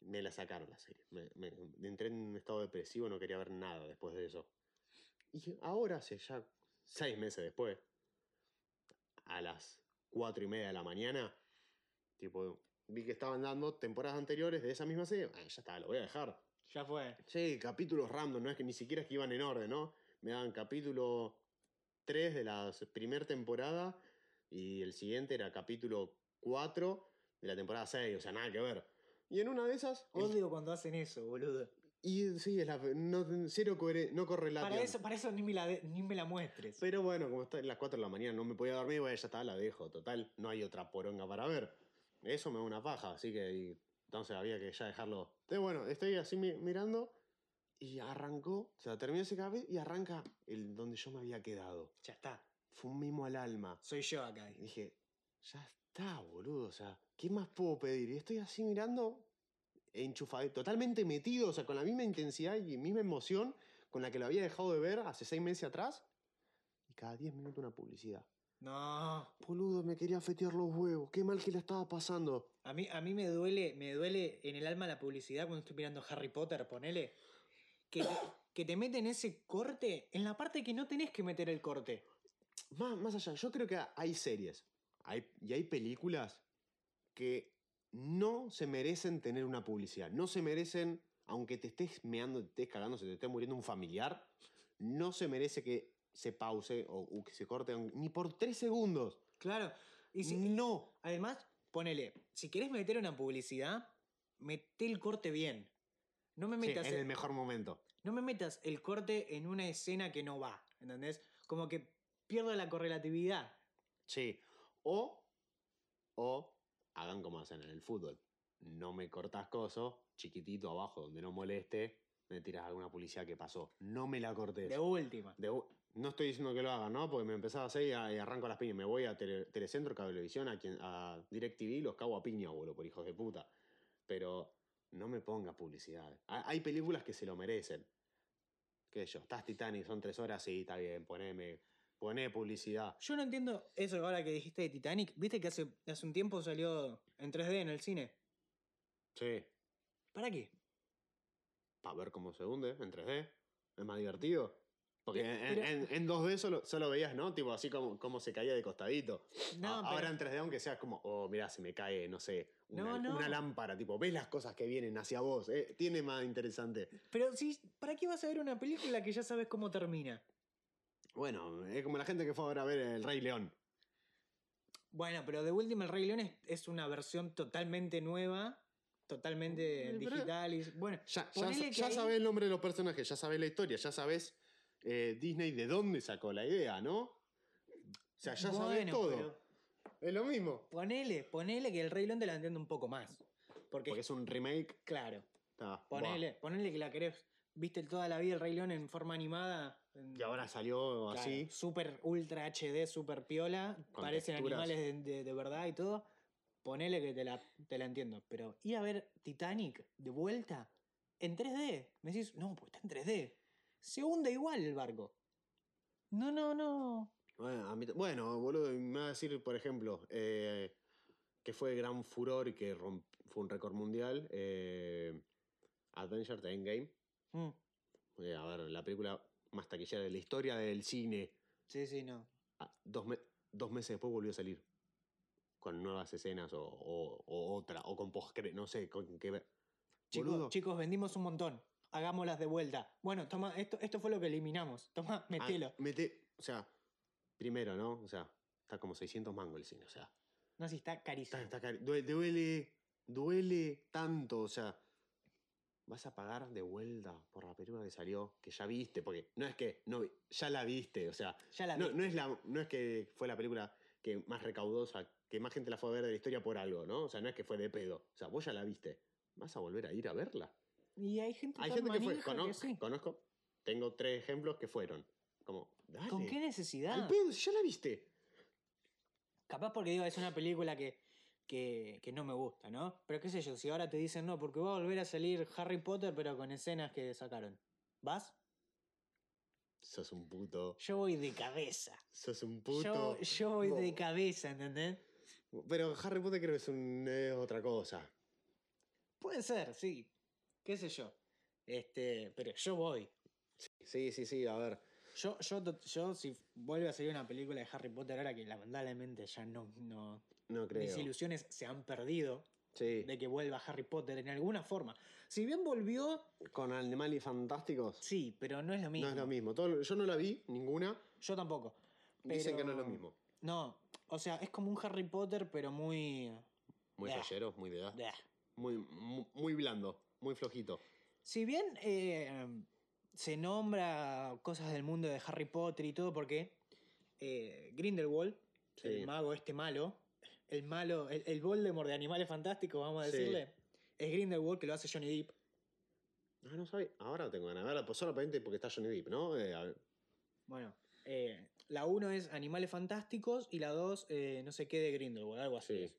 me la sacaron la serie. Me, me- entré en un estado depresivo, no quería ver nada después de eso. Y ahora, hace ya seis meses después, a las cuatro y media de la mañana, tipo, vi que estaban dando temporadas anteriores de esa misma serie. Ah, ya está, lo voy a dejar. Ya fue. Sí, capítulos random, no es que ni siquiera es que iban en orden, ¿no? Me daban capítulo 3 de la primera temporada y el siguiente era capítulo 4 de la temporada 6, o sea, nada que ver. Y en una de esas... el- Odio cuando hacen eso, boludo. y sí, es la, no, cero cohere- no correlativo. Para eso, para eso ni me la, de- ni me la muestres. Pero bueno, como está en las 4 de la mañana, no me podía dormir, bueno, ya está, la dejo. Total, no hay otra poronga para ver. Eso me da una paja, así que y- entonces había que ya dejarlo. Entonces, bueno, estoy así mi- mirando y arrancó, o sea, terminó ese capítulo y arranca el donde yo me había quedado. Ya está. Fue un mimo al alma. Soy yo acá. Y dije, ya está, boludo, o sea, ¿qué más puedo pedir? Y estoy así mirando, enchufado, totalmente metido, o sea, con la misma intensidad y misma emoción con la que lo había dejado de ver hace seis meses atrás. Y cada diez minutos una publicidad. No. Boludo, me quería fetear los huevos, qué mal que la estaba pasando. A mí, a mí me duele, me duele en el alma la publicidad cuando estoy mirando Harry Potter, ponele. Que, que te meten ese corte en la parte que no tenés que meter el corte. Más, más allá, yo creo que hay series hay, y hay películas que no se merecen tener una publicidad. No se merecen, aunque te estés meando, te estés cagando, se te esté muriendo un familiar, no se merece que se pause o, o que se corte aun- ni por tres segundos. Claro. Y si- no. Además, ponele, si querés meter una publicidad, mete el corte bien. No me eh. Sí, metas, en el mejor momento. no me metas el corte en una escena que no va, ¿entendés? Como que pierda la correlatividad. Sí. O, o hagan como hacen en el fútbol. No me cortas coso, chiquitito abajo donde no moleste, me tiras alguna publicidad que pasó. No me la cortes. De última. De u- no estoy diciendo que lo hagan, ¿no? Porque me empezaba a hacer y, a- y arranco las piñas. Me voy a Tele- Telecentro, Cablevisión, a, quien, a DirecTV, los cago a piña, boludo, por hijos de puta. Pero no me pongas publicidad. Ha- Hay películas que se lo merecen. ¿Qué sé yo? Estás Titanic, son tres horas, sí, está bien, poneme, poné publicidad. Yo no entiendo eso ahora que dijiste de Titanic. ¿Viste que hace, hace un tiempo salió en 3D en el cine? Sí, ¿Para qué? para ver cómo se hunde en 3D. Es más divertido. Porque en, Pero- en- en 2D solo, solo veías, ¿no? Tipo así como, como se caía de costadito. No, A- pero- Ahora en 3D, aunque sea como, oh, mirá, se me cae, no sé, una, No, no. una lámpara, tipo, ves las cosas que vienen hacia vos, eh, tiene más interesante. pero si, ¿para qué vas a ver una película que ya sabes cómo termina? Bueno, es como la gente que fue ahora a ver El Rey León. Bueno, pero de última el Rey León es, es una versión totalmente nueva, totalmente Mm, pero- digital y bueno, Ya, ya, Ponele que ya ahí- sabés el nombre de los personajes, ya sabés la historia, ya sabés eh, Disney de dónde sacó la idea, ¿no? O sea, ya sabés bueno, todo. pero Es lo mismo. ponele, ponele que el Rey León te la entiendo un poco más, porque, Porque es un remake. claro, ah, buah. ponele, ponele que la querés, viste toda la vida el Rey León en forma animada, en- Que ahora salió claro, así. super ultra HD, super piola, Con parecen texturas. animales de, de- de verdad y todo. Ponele que te la, te la entiendo, pero ir a ver Titanic de vuelta en 3D, me decís, no, pues está en 3D. Se hunde igual el barco. No, no, no. Bueno, a mí t- bueno, boludo, y me va a decir, por ejemplo, eh, que fue gran furor y que romp- fue un récord mundial, eh, Avengers The Endgame. Mm, Eh, a ver, la película más taquillera de la historia del cine. sí, sí, no. Ah, dos, me- dos meses después volvió a salir. Con nuevas escenas o, o- o otra, o con postcre, no sé, con qué ver. Boludo. Chicos, chicos, vendimos un montón. Hagámoslas de vuelta. Bueno, toma, esto, esto fue lo que eliminamos. Toma, Ah, metelo. mete- o sea, primero, ¿no? O sea, está como 600 mangos el cine, o sea. No, si está carísimo. Está- está cari- due- duele, duele tanto, o sea, vas a pagar de vuelta por la película que salió, que ya viste, porque no es que no, vi- ya la viste, o sea, Ya la no, vi. no es la, no es que fue la película que más recaudosa, que más gente la fue a ver de la historia por algo, ¿no? O sea, no es que fue de pedo, o sea, vos ya la viste, vas a volver a ir a verla. Y hay gente, Hay tan gente que fue, manija cono- que sí. conozco, tengo tres ejemplos que fueron, como, dale, ¿Con qué al necesidad? pedo, si ya la viste. Capaz porque digo, es una película que, que, que no me gusta, ¿no? Pero qué sé yo, si ahora te dicen no, porque va a volver a salir Harry Potter, pero con escenas que sacaron. ¿Vas? Sos un puto, Yo voy de cabeza. sos un puto. Yo, yo voy de No. cabeza, ¿entendés? Pero Harry Potter creo que es, un- es otra cosa. Puede ser, sí. Qué sé yo. Este, pero yo voy. Sí, sí, sí, a ver. Yo, yo, to- yo, si vuelve a salir una película de Harry Potter ahora que lamentablemente ya no, no No creo. mis ilusiones se han perdido Sí. de que vuelva Harry Potter en alguna forma. Si bien volvió, Con Animales Fantásticos. sí, pero no es lo mismo. No es lo mismo. Todo lo- yo no la vi, ninguna. Yo tampoco. Dicen que no es lo Pero- mismo. No, O sea, es como un Harry Potter, pero muy. Muy Bleh. flashero, muy de edad. bleh. Muy, mu- muy blando, muy flojito. Si bien eh, se nombra cosas del mundo de Harry Potter y todo, porque eh, Grindelwald, Sí. el mago este malo, el malo, el, el Voldemort de Animales Fantásticos, vamos a Sí. decirle, es Grindelwald que lo hace Johnny Depp. Ah, no sabía. Ahora tengo ganas de verla, pues solamente porque está Johnny Depp, ¿no? Eh, a ver. Bueno, eh, la 1 es Animales Fantásticos y la 2 no sé qué de Grindelwald, algo así. Sí. es.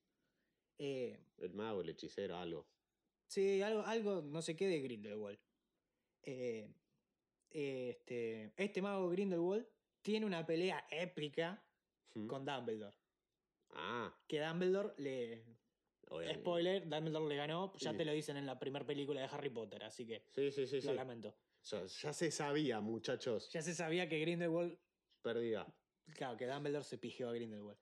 Eh, el mago, el hechicero, algo. Sí, algo, algo no sé qué de Grindelwald. Eh, este, este mago Grindelwald tiene una pelea épica Hmm. con Dumbledore. Ah, Que Dumbledore le. obviamente. Spoiler, Dumbledore le ganó. Ya Sí. te lo dicen en la primera película de Harry Potter, así que Sí, sí, sí. sí. lo lamento. Ya, ya se sabía, muchachos. Ya se sabía que Grindelwald. Perdida. Claro, que Dumbledore se pigió a Grindelwald.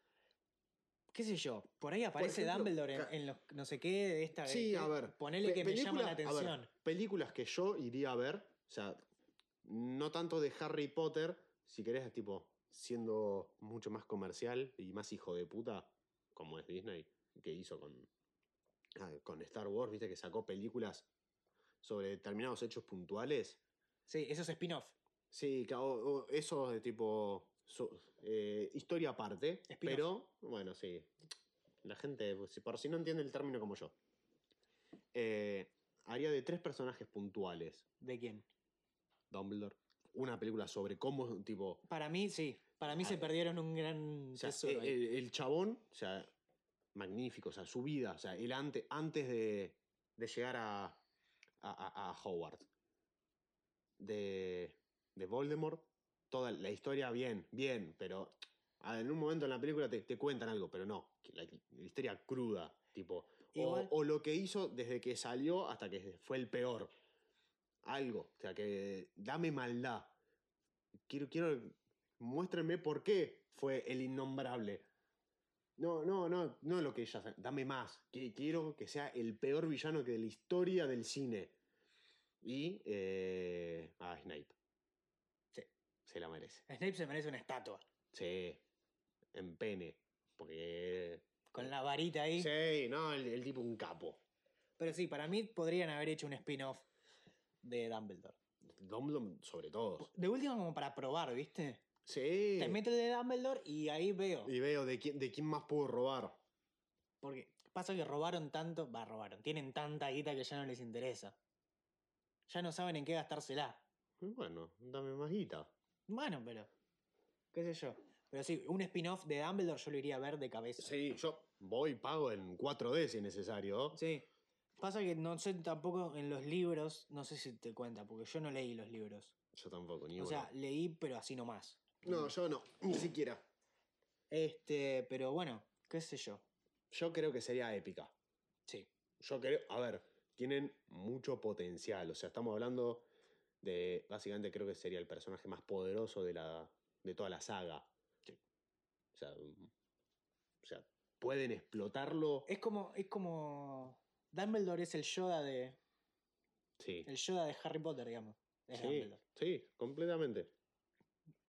¿Qué sé yo? Por ahí aparece ejemplo, Dumbledore en, ca- en los no sé qué de esta. Sí, que- a ver, Ponele Pe- que me llama la películas- a ver, atención. películas que yo iría a ver, o sea, no tanto de Harry Potter, si querés, tipo, siendo mucho más comercial y más hijo de puta, como es Disney, que hizo con, ah, con Star Wars, viste, que sacó películas sobre determinados hechos puntuales. Sí, esos spin-off. Sí, ca- o- o eso de tipo su- eh, historia aparte, Spin-off. pero bueno, sí. La gente, si- por si no entiende el término como yo, Eh, haría de tres personajes puntuales. ¿De quién? Dumbledore, una película sobre cómo, tipo, Para mí, sí. Para mí Ah. se perdieron un gran o sea, eh, tesoro el, ahí. el chabón, o sea, magnífico, o sea, su vida, o sea, él antes, antes de, de llegar a, a, a- a Howard, de, de Voldemort, toda la historia bien, bien, pero ah, en un momento en la película te, te cuentan algo, pero no, la, la historia cruda, tipo, o, Igual- o lo que hizo desde que salió hasta que fue el peor. Algo, o sea, que dame maldad. Quiero, quiero, muéstrenme por qué fue el innombrable. No, no, no, no lo que ella hace. Dame más. Que- Quiero que sea el peor villano que de la historia del cine. Y eh, a Snape. Sí, se la merece. Snape se merece una estatua. Sí, en pene. Porque. Con la varita ahí. Sí, no, el, el tipo un capo. Pero sí, para mí podrían haber hecho un spin-off de Dumbledore. Dumbledore sobre todo. De último, como para probar, ¿viste? Sí. Te meto el de Dumbledore y ahí veo. Y veo de quién, de quién más puedo robar. Porque pasa que robaron tanto. Va, robaron. Tienen tanta guita que ya no les interesa. Ya no saben en qué gastársela. Y Bueno, dame más guita. Bueno, pero. ¿Qué sé yo? Pero sí, un spin-off de Dumbledore yo lo iría a ver de cabeza. Sí, yo voy y pago en 4D si es necesario. Sí. Pasa que no sé tampoco en los libros, no sé si te cuenta, porque yo no leí los libros. Yo tampoco, ni o uno. sea, leí, pero así nomás. no, yo no, ni siquiera. Este, pero bueno, qué sé yo. Yo creo que sería épica. Sí. Yo creo, a ver, tienen mucho potencial. O sea, estamos hablando de, básicamente creo que sería el personaje más poderoso de, la, de toda la saga. O sea, mm, o sea, pueden explotarlo. Es como, es como. Dumbledore es el Yoda de. Sí, El Yoda de Harry Potter, digamos. Es sí, Dumbledore. sí, completamente.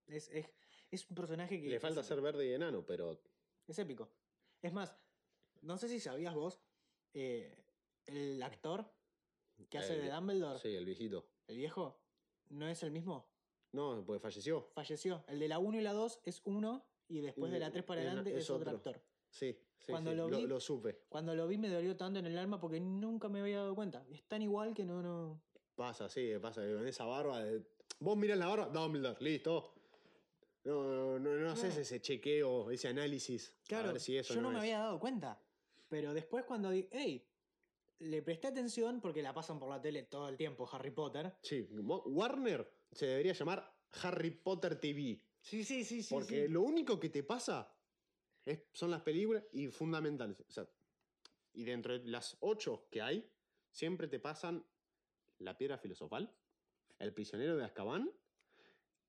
Es, es, es un personaje que. Le falta es- ser verde y enano, pero Es épico. Es más, no sé si sabías vos, eh, el actor que hace El- de Dumbledore, Eh, sí, el viejito. el viejo, no es el mismo. No, pues falleció. falleció. El de la 1 y la 2 es uno y después de la 3 para Y la- adelante es, es otro otro. actor. Sí, sí, Cuando sí, lo vi- lo supe. Cuando lo vi me dolió tanto en el alma porque nunca me había dado cuenta. Es tan igual que no, no. Pasa, sí, pasa. Con esa barba. de- Vos mirás la barba, Dumbledore, listo. No, no, no, no haces Claro. ese chequeo, ese análisis. a ver si eso yo no, me es. había dado cuenta. Pero después cuando di, hey, le presté atención porque la pasan por la tele todo el tiempo Harry Potter. Sí, Mo- Warner se debería llamar Harry Potter TV. Sí, sí, sí, sí. porque lo único que te pasa es- son las películas y fundamentales. O sea, y dentro de las ocho que hay, siempre te pasan La Piedra Filosofal, El Prisionero de Azkaban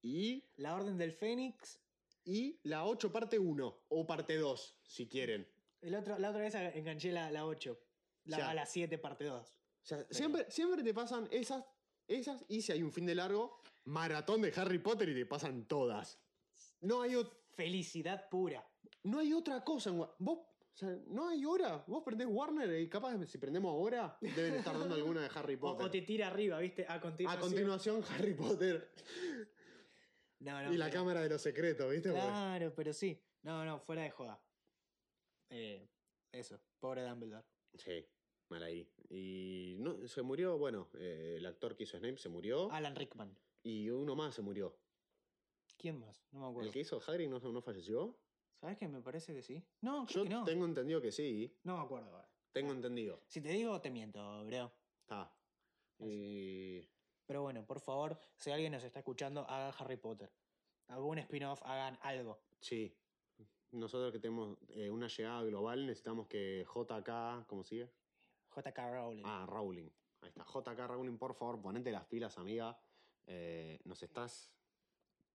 y La Orden del Fénix. Y la 8 parte 1 o parte 2, si quieren. O El otro, la otra vez enganché la, la 8. La, Ya. a la 7 parte 2. sea, siempre, siempre te pasan esas, esas y si hay un fin de largo, maratón de Harry Potter y te pasan todas. No hay, ot- Felicidad pura. No hay otra cosa en Wa- Vos, o sea, no hay hora. Vos prendés Warner y capaz si prendemos ahora, deben estar dando alguna de Harry *laughs* O, o Potter. te tira arriba, ¿viste? A continuación. A continuación, Harry Potter No, no, y la pero- cámara de los *laughs* secretos, ¿viste? Porque- Claro, pero sí. No, no, fuera de joda. Eh, eso, pobre Dumbledore. Sí, mal ahí. Y no, se murió, bueno, eh, el actor que hizo Snape se murió. Alan Rickman. Y uno más se murió. ¿Quién más? No me acuerdo. ¿El que hizo Hagrid no, no falleció? ¿Sabes que me parece que sí? No, creo Yo que no. Ah. tengo entendido que sí. No me acuerdo ahora. Tengo entendido. Si te digo, te miento, bro. Ah, Está. Así. Y- Pero bueno, por favor, si alguien nos está escuchando, hagan Harry Potter. Algún spin-off, hagan algo. sí. Nosotros que tenemos eh, una llegada global necesitamos que JK, ¿cómo sigue? JK Rowling. Ah, Rowling. Ahí está. JK Rowling, por favor, ponete las pilas, amiga. Eh, nos estás...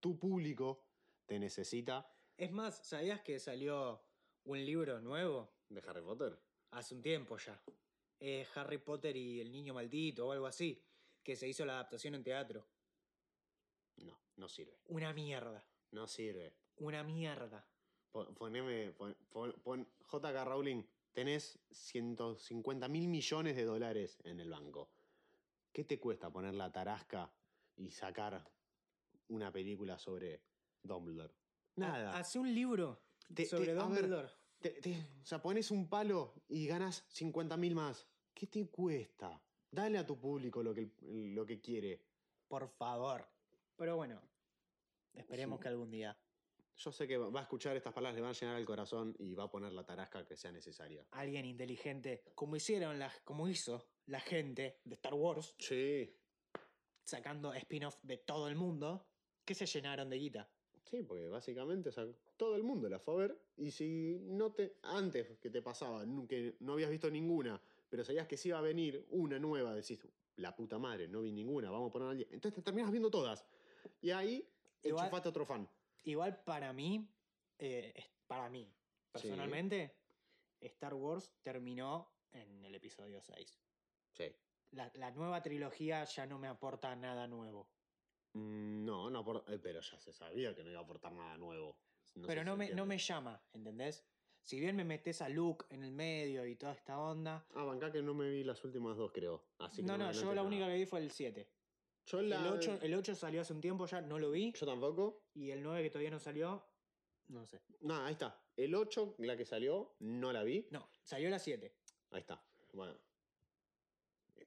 Tu público te necesita. Es más, ¿sabías que salió un libro nuevo ¿De Harry Potter? hace un tiempo ya? Eh, Harry Potter y el niño maldito o algo así, que se hizo la adaptación en teatro. No, no sirve. Una mierda, No sirve. una mierda. Po- Poneme, pon, pon- pon- JK Rowling, tenés 150 mil millones de dólares en el banco. ¿Qué te cuesta poner la tarasca y sacar una película sobre Dumbledore? Nada. Ha- Hace un libro Te- te- sobre a ver, Dumbledore. te- te- o sea, pones un palo y ganas 50 mil más. ¿Qué te cuesta? Dale a tu público lo que, lo que quiere. Por favor. Pero bueno, esperemos que algún día. Yo sé que va a escuchar estas palabras, le van a llenar el corazón y va a poner la tarasca que sea necesaria. alguien inteligente, como hicieron las, como hizo la gente de Star Wars, Sí. sacando spin-off de todo el mundo, que se llenaron de guita. Sí, porque básicamente, o sea, todo el mundo la fue a ver. Y si no te. Antes que te pasaba, nu- que no habías visto ninguna, pero sabías que sí iba a venir una nueva, decís, la puta madre, no vi ninguna, vamos a poner al día. Entonces te terminas viendo todas. Y ahí Igual- enchufaste otro fan. Igual para mí, eh, es- para mí, personalmente, Star Wars terminó en el episodio 6. Sí. La, la nueva trilogía ya no me aporta nada nuevo. Mm, No, no apor- eh, pero ya se sabía que no iba a aportar nada nuevo. pero sé no, si me, no me entiendes. llama, ¿entendés? Si bien me metes a Luke en el medio y toda esta onda. Ah, bancá que no me vi las últimas dos, creo. Así que no, no, yo adelantes la nada. única que vi fue el 7. Yo la- El 8, el 8 salió hace un tiempo ya, no lo vi. Yo tampoco. Y el 9 que todavía no salió, no sé. No, ahí está. El 8, la que salió, no la vi. No, salió la 7. Ahí está. Bueno.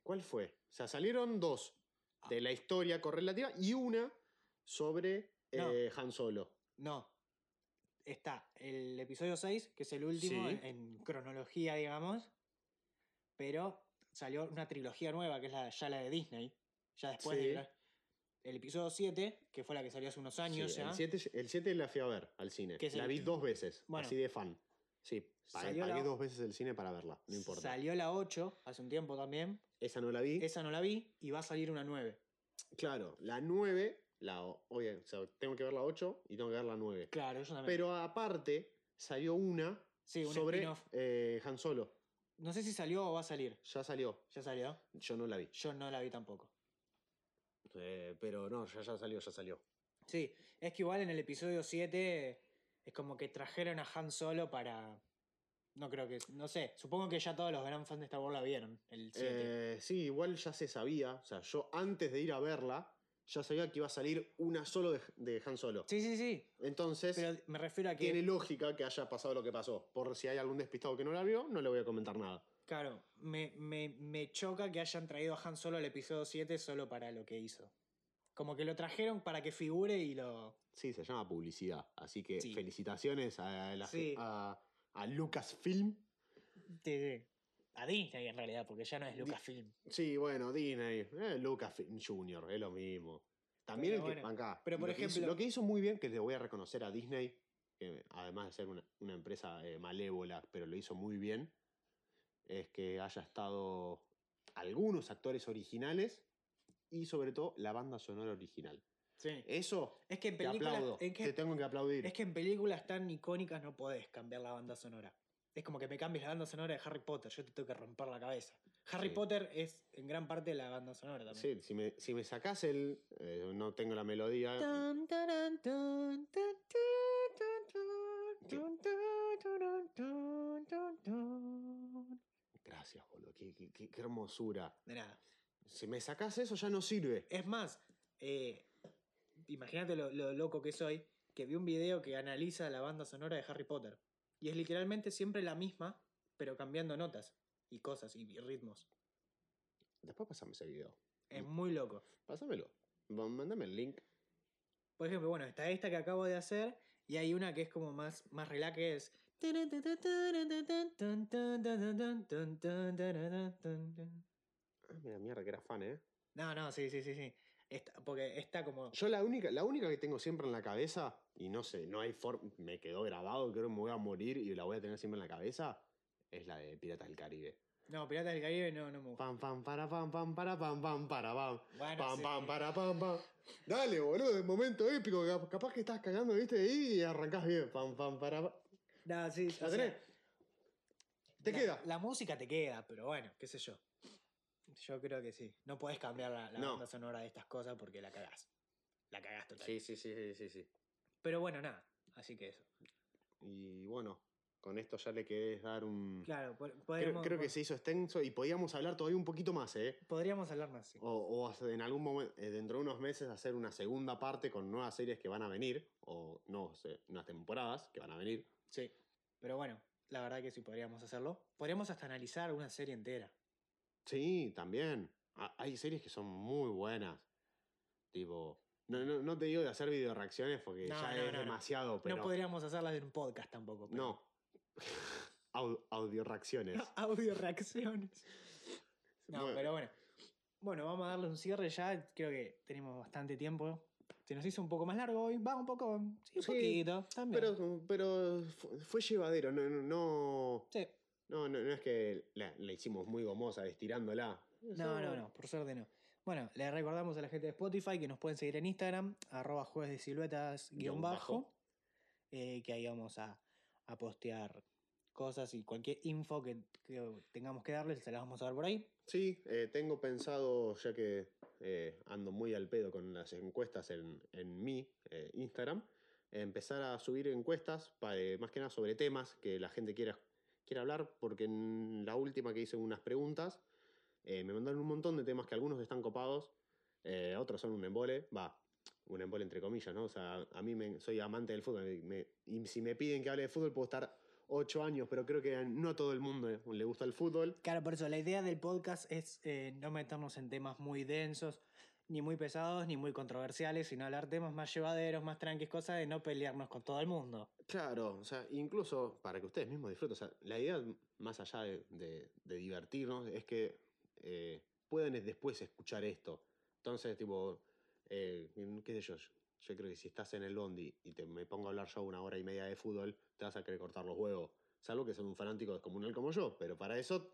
¿Cuál fue? O sea, salieron dos Ah. de la historia correlativa y una sobre No. eh, Han Solo. No. Está el episodio 6, que es el último Sí. en, en cronología, digamos. Pero salió una trilogía nueva, que es la, ya la de Disney. Ya después Sí. de la- el episodio 7, que fue la que salió hace unos años Sí, ya. El 7 el siete la fui a ver al cine. Que es La el- vi dos veces, Bueno. así de fan. Sí, pagué, Salió pagué la- dos veces el cine para verla, no importa. Salió la 8 hace un tiempo también. Esa no la vi. Esa no la vi y va a salir una 9. Claro, la 9, la... o- Oye, o sea, tengo que ver la 8 y tengo que ver la 9. Claro, yo también. Pero aparte, salió una sí, un sobre spin-off. eh, Han Solo. No sé si salió o va a salir. Ya salió, Ya salió. yo no la vi. Yo no la vi tampoco. Eh, pero no, ya, ya salió, ya salió. Sí, es que igual en el episodio 7 es como que trajeron a Han Solo para. No creo que. No sé, supongo que ya todos los gran fans de Star Wars la vieron, el 7. Eh, sí, igual ya se sabía. O sea, yo antes de ir a verla, ya sabía que iba a salir una solo de, de Han Solo. sí, sí, sí. Entonces, Pero me refiero a que. tiene lógica que haya pasado lo que pasó. Por si hay algún despistado que no la vio, no le voy a comentar nada. Claro, me, me, me choca que hayan traído a Han Solo al episodio 7 solo para lo que hizo. Como que lo trajeron para que figure y lo. Sí, se llama publicidad. Así que Sí. felicitaciones a, la- Sí. a- a Lucasfilm. te- a Disney en realidad, porque ya no es Lucasfilm. Sí, bueno, Disney. eh, Lucasfilm Jr., es lo mismo. También Pero el que bueno, bancá, pero por lo que hizo- ejemplo- lo que hizo muy bien, que le voy a reconocer a Disney, que además de ser una, una empresa eh, malévola, pero lo hizo muy bien, es que haya estado algunos actores originales y sobre todo la banda sonora original. Sí. Eso Es que en Eh, te películas. aplaudo. en que- Te tengo que aplaudir. Es que en películas tan icónicas no podés cambiar la banda sonora. Es como que me cambies la banda sonora de Harry Potter, yo te tengo que romper la cabeza. Harry Sí. Potter es en gran parte la banda sonora también. Sí, si me, si me sacás el... eh, no tengo la melodía. Tan, taran, tan, tan, tan, tan, tan, tan, tan, gracias, boludo. Qué, qué- qué- qué hermosura. De nada. Si me sacás eso, ya no sirve. Es más, eh, imagínate lo, lo loco que soy, que vi un video que analiza la banda sonora de Harry Potter. Y es literalmente siempre la misma, pero cambiando notas y cosas y ritmos. Después pasame ese video. Es muy loco. Pásamelo. Va- Mándame el link. Por ejemplo, bueno, está esta que acabo de hacer y hay una que es como más, más relax, que es... Ah, mira, mierda, que era fan, ¿eh? No, no, sí, sí, sí, sí. Esta- porque está como... Yo la única, la única que tengo siempre en la cabeza, y no sé, no hay forma, me quedó grabado, creo que me voy a morir y la voy a tener siempre en la cabeza, es la de Piratas del Caribe. No, Piratas del Caribe no, no me gusta. Pam, pam, para, pam, pam, para, pam, pam, para, pam. *laughs* Bueno, Pam, sí. pam, para, pam, pam. Dale, boludo, es momento épico. cap- Capaz que estás cagando, viste, y arrancás bien. Pam, pam, para, pam. No, sí, ¿La o sea, tenés? ¿Te la- queda? La música te queda, pero bueno, qué sé yo. Yo creo que sí. No podés cambiar la, la No. banda sonora de estas cosas porque la cagás. La cagás total. sí, sí, sí, sí, sí. Pero bueno, nada. Así que eso. Y bueno, con esto ya le querés dar un... Claro, po- Creo, podemos- creo que po- se hizo extenso y podíamos hablar todavía un poquito más, ¿eh? Podríamos hablar más, sí. O, o hace- en algún momento, dentro de unos meses, hacer una segunda parte con nuevas series que van a venir, o no sé, unas temporadas que van a venir. Sí. Pero bueno, la verdad que sí podríamos hacerlo. Podríamos hasta analizar una serie entera. Sí, también. Ha- Hay series que son muy buenas. Tipo, no, no, no te digo de hacer video reacciones porque No, ya no, es no, no. demasiado, pero. No podríamos hacerlas en un podcast tampoco. pero- No. *laughs* Au- audio reacciones. *laughs* Audio reacciones. No, Bueno, pero bueno. Bueno, vamos a darle un cierre ya. Creo que tenemos bastante tiempo. Se nos hizo un poco más largo hoy. Va un poco. Sí, un Sí, poquito. También. pero, pero fu- fue llevadero, no, no, no, Sí. no, no- no es que la, la hicimos muy gomosa, estirándola. No, no, no. Por suerte no. Bueno, le recordamos a la gente de Spotify que nos pueden seguir en Instagram, arroba jueves de siluetas guión Guión bajo. bajo. eh, que ahí vamos a, a postear cosas y cualquier info que, que tengamos que darles, se las vamos a dar por ahí. Sí, eh, tengo pensado, ya que eh, ando muy al pedo con las encuestas en, en mi eh, Instagram, empezar a subir encuestas, pa- eh, más que nada sobre temas que la gente quiera, quiera hablar, porque en la última que hice unas preguntas, eh, me mandaron un montón de temas que algunos están copados, eh, otros son un embole, va, un embole entre comillas, ¿no? O sea, a mí me, soy amante del fútbol, me- me- y si me piden que hable de fútbol puedo estar ocho años, pero creo que no a todo el mundo eh, le gusta el fútbol. Claro, por eso la idea del podcast es eh, no meternos en temas muy densos, ni muy pesados, ni muy controversiales, sino hablar temas más llevaderos, más tranquilos, cosas de no pelearnos con todo el mundo. Claro, o sea, incluso para que ustedes mismos disfruten, o sea, la idea más allá de, de- de divertirnos es que eh, puedan después escuchar esto. Entonces, tipo, eh, qué sé yo, yo creo que si estás en el Bondi y te me pongo a hablar yo una hora y media de fútbol, te vas a querer cortar los huevos. Salvo que seas un fanático descomunal como yo, pero para eso,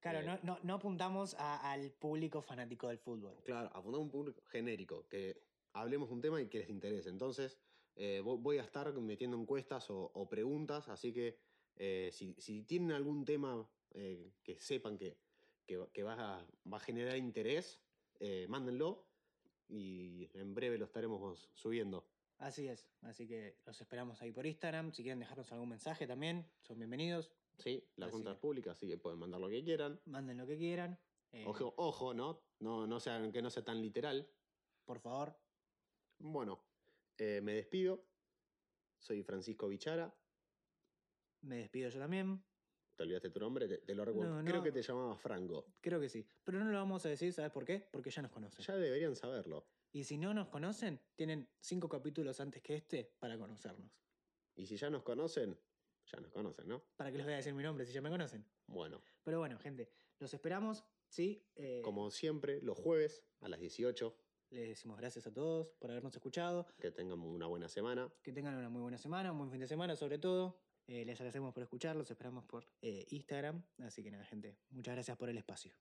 Claro, Eh. no, no, no apuntamos a- al público fanático del fútbol. claro, apuntar a un público genérico, que hablemos un tema y que les interese. Entonces, eh, vo- voy a estar metiendo encuestas o, o preguntas, así que eh, si, si tienen algún tema eh, que sepan que, que, va- que va, a, va a generar interés, eh, mándenlo y en breve lo estaremos subiendo. Así es, así que los esperamos ahí por Instagram. Si quieren dejarnos algún mensaje también, son bienvenidos, Sí, la Así cuenta que- es pública, así que pueden mandar lo que quieran. manden lo que quieran. eh, Ojo, ojo, ¿no? No, no sea, que no sea tan literal. Por favor, Bueno, eh, me despido. Soy Francisco Bichara. me despido yo también. ¿Te olvidaste tu nombre? Te, te lo recuerdo. No, Creo no. que te llamabas Franco. Creo que sí. Pero no lo vamos a decir, ¿sabes por qué? Porque ya nos conocen. Ya deberían saberlo. Y si no nos conocen, tienen cinco capítulos antes que este para conocernos. Y si ya nos conocen, ya nos conocen, ¿no? ¿Para qué les voy a decir mi nombre si ya me conocen? Bueno, Pero bueno, gente, los esperamos. Sí, eh, como siempre, los jueves a las 18, les decimos gracias a todos por habernos escuchado. que tengan una buena semana. Que tengan una muy buena semana, un buen fin de semana sobre todo. Eh, les agradecemos por escuchar, los esperamos por eh, Instagram. Así que nada, gente, muchas gracias por el espacio.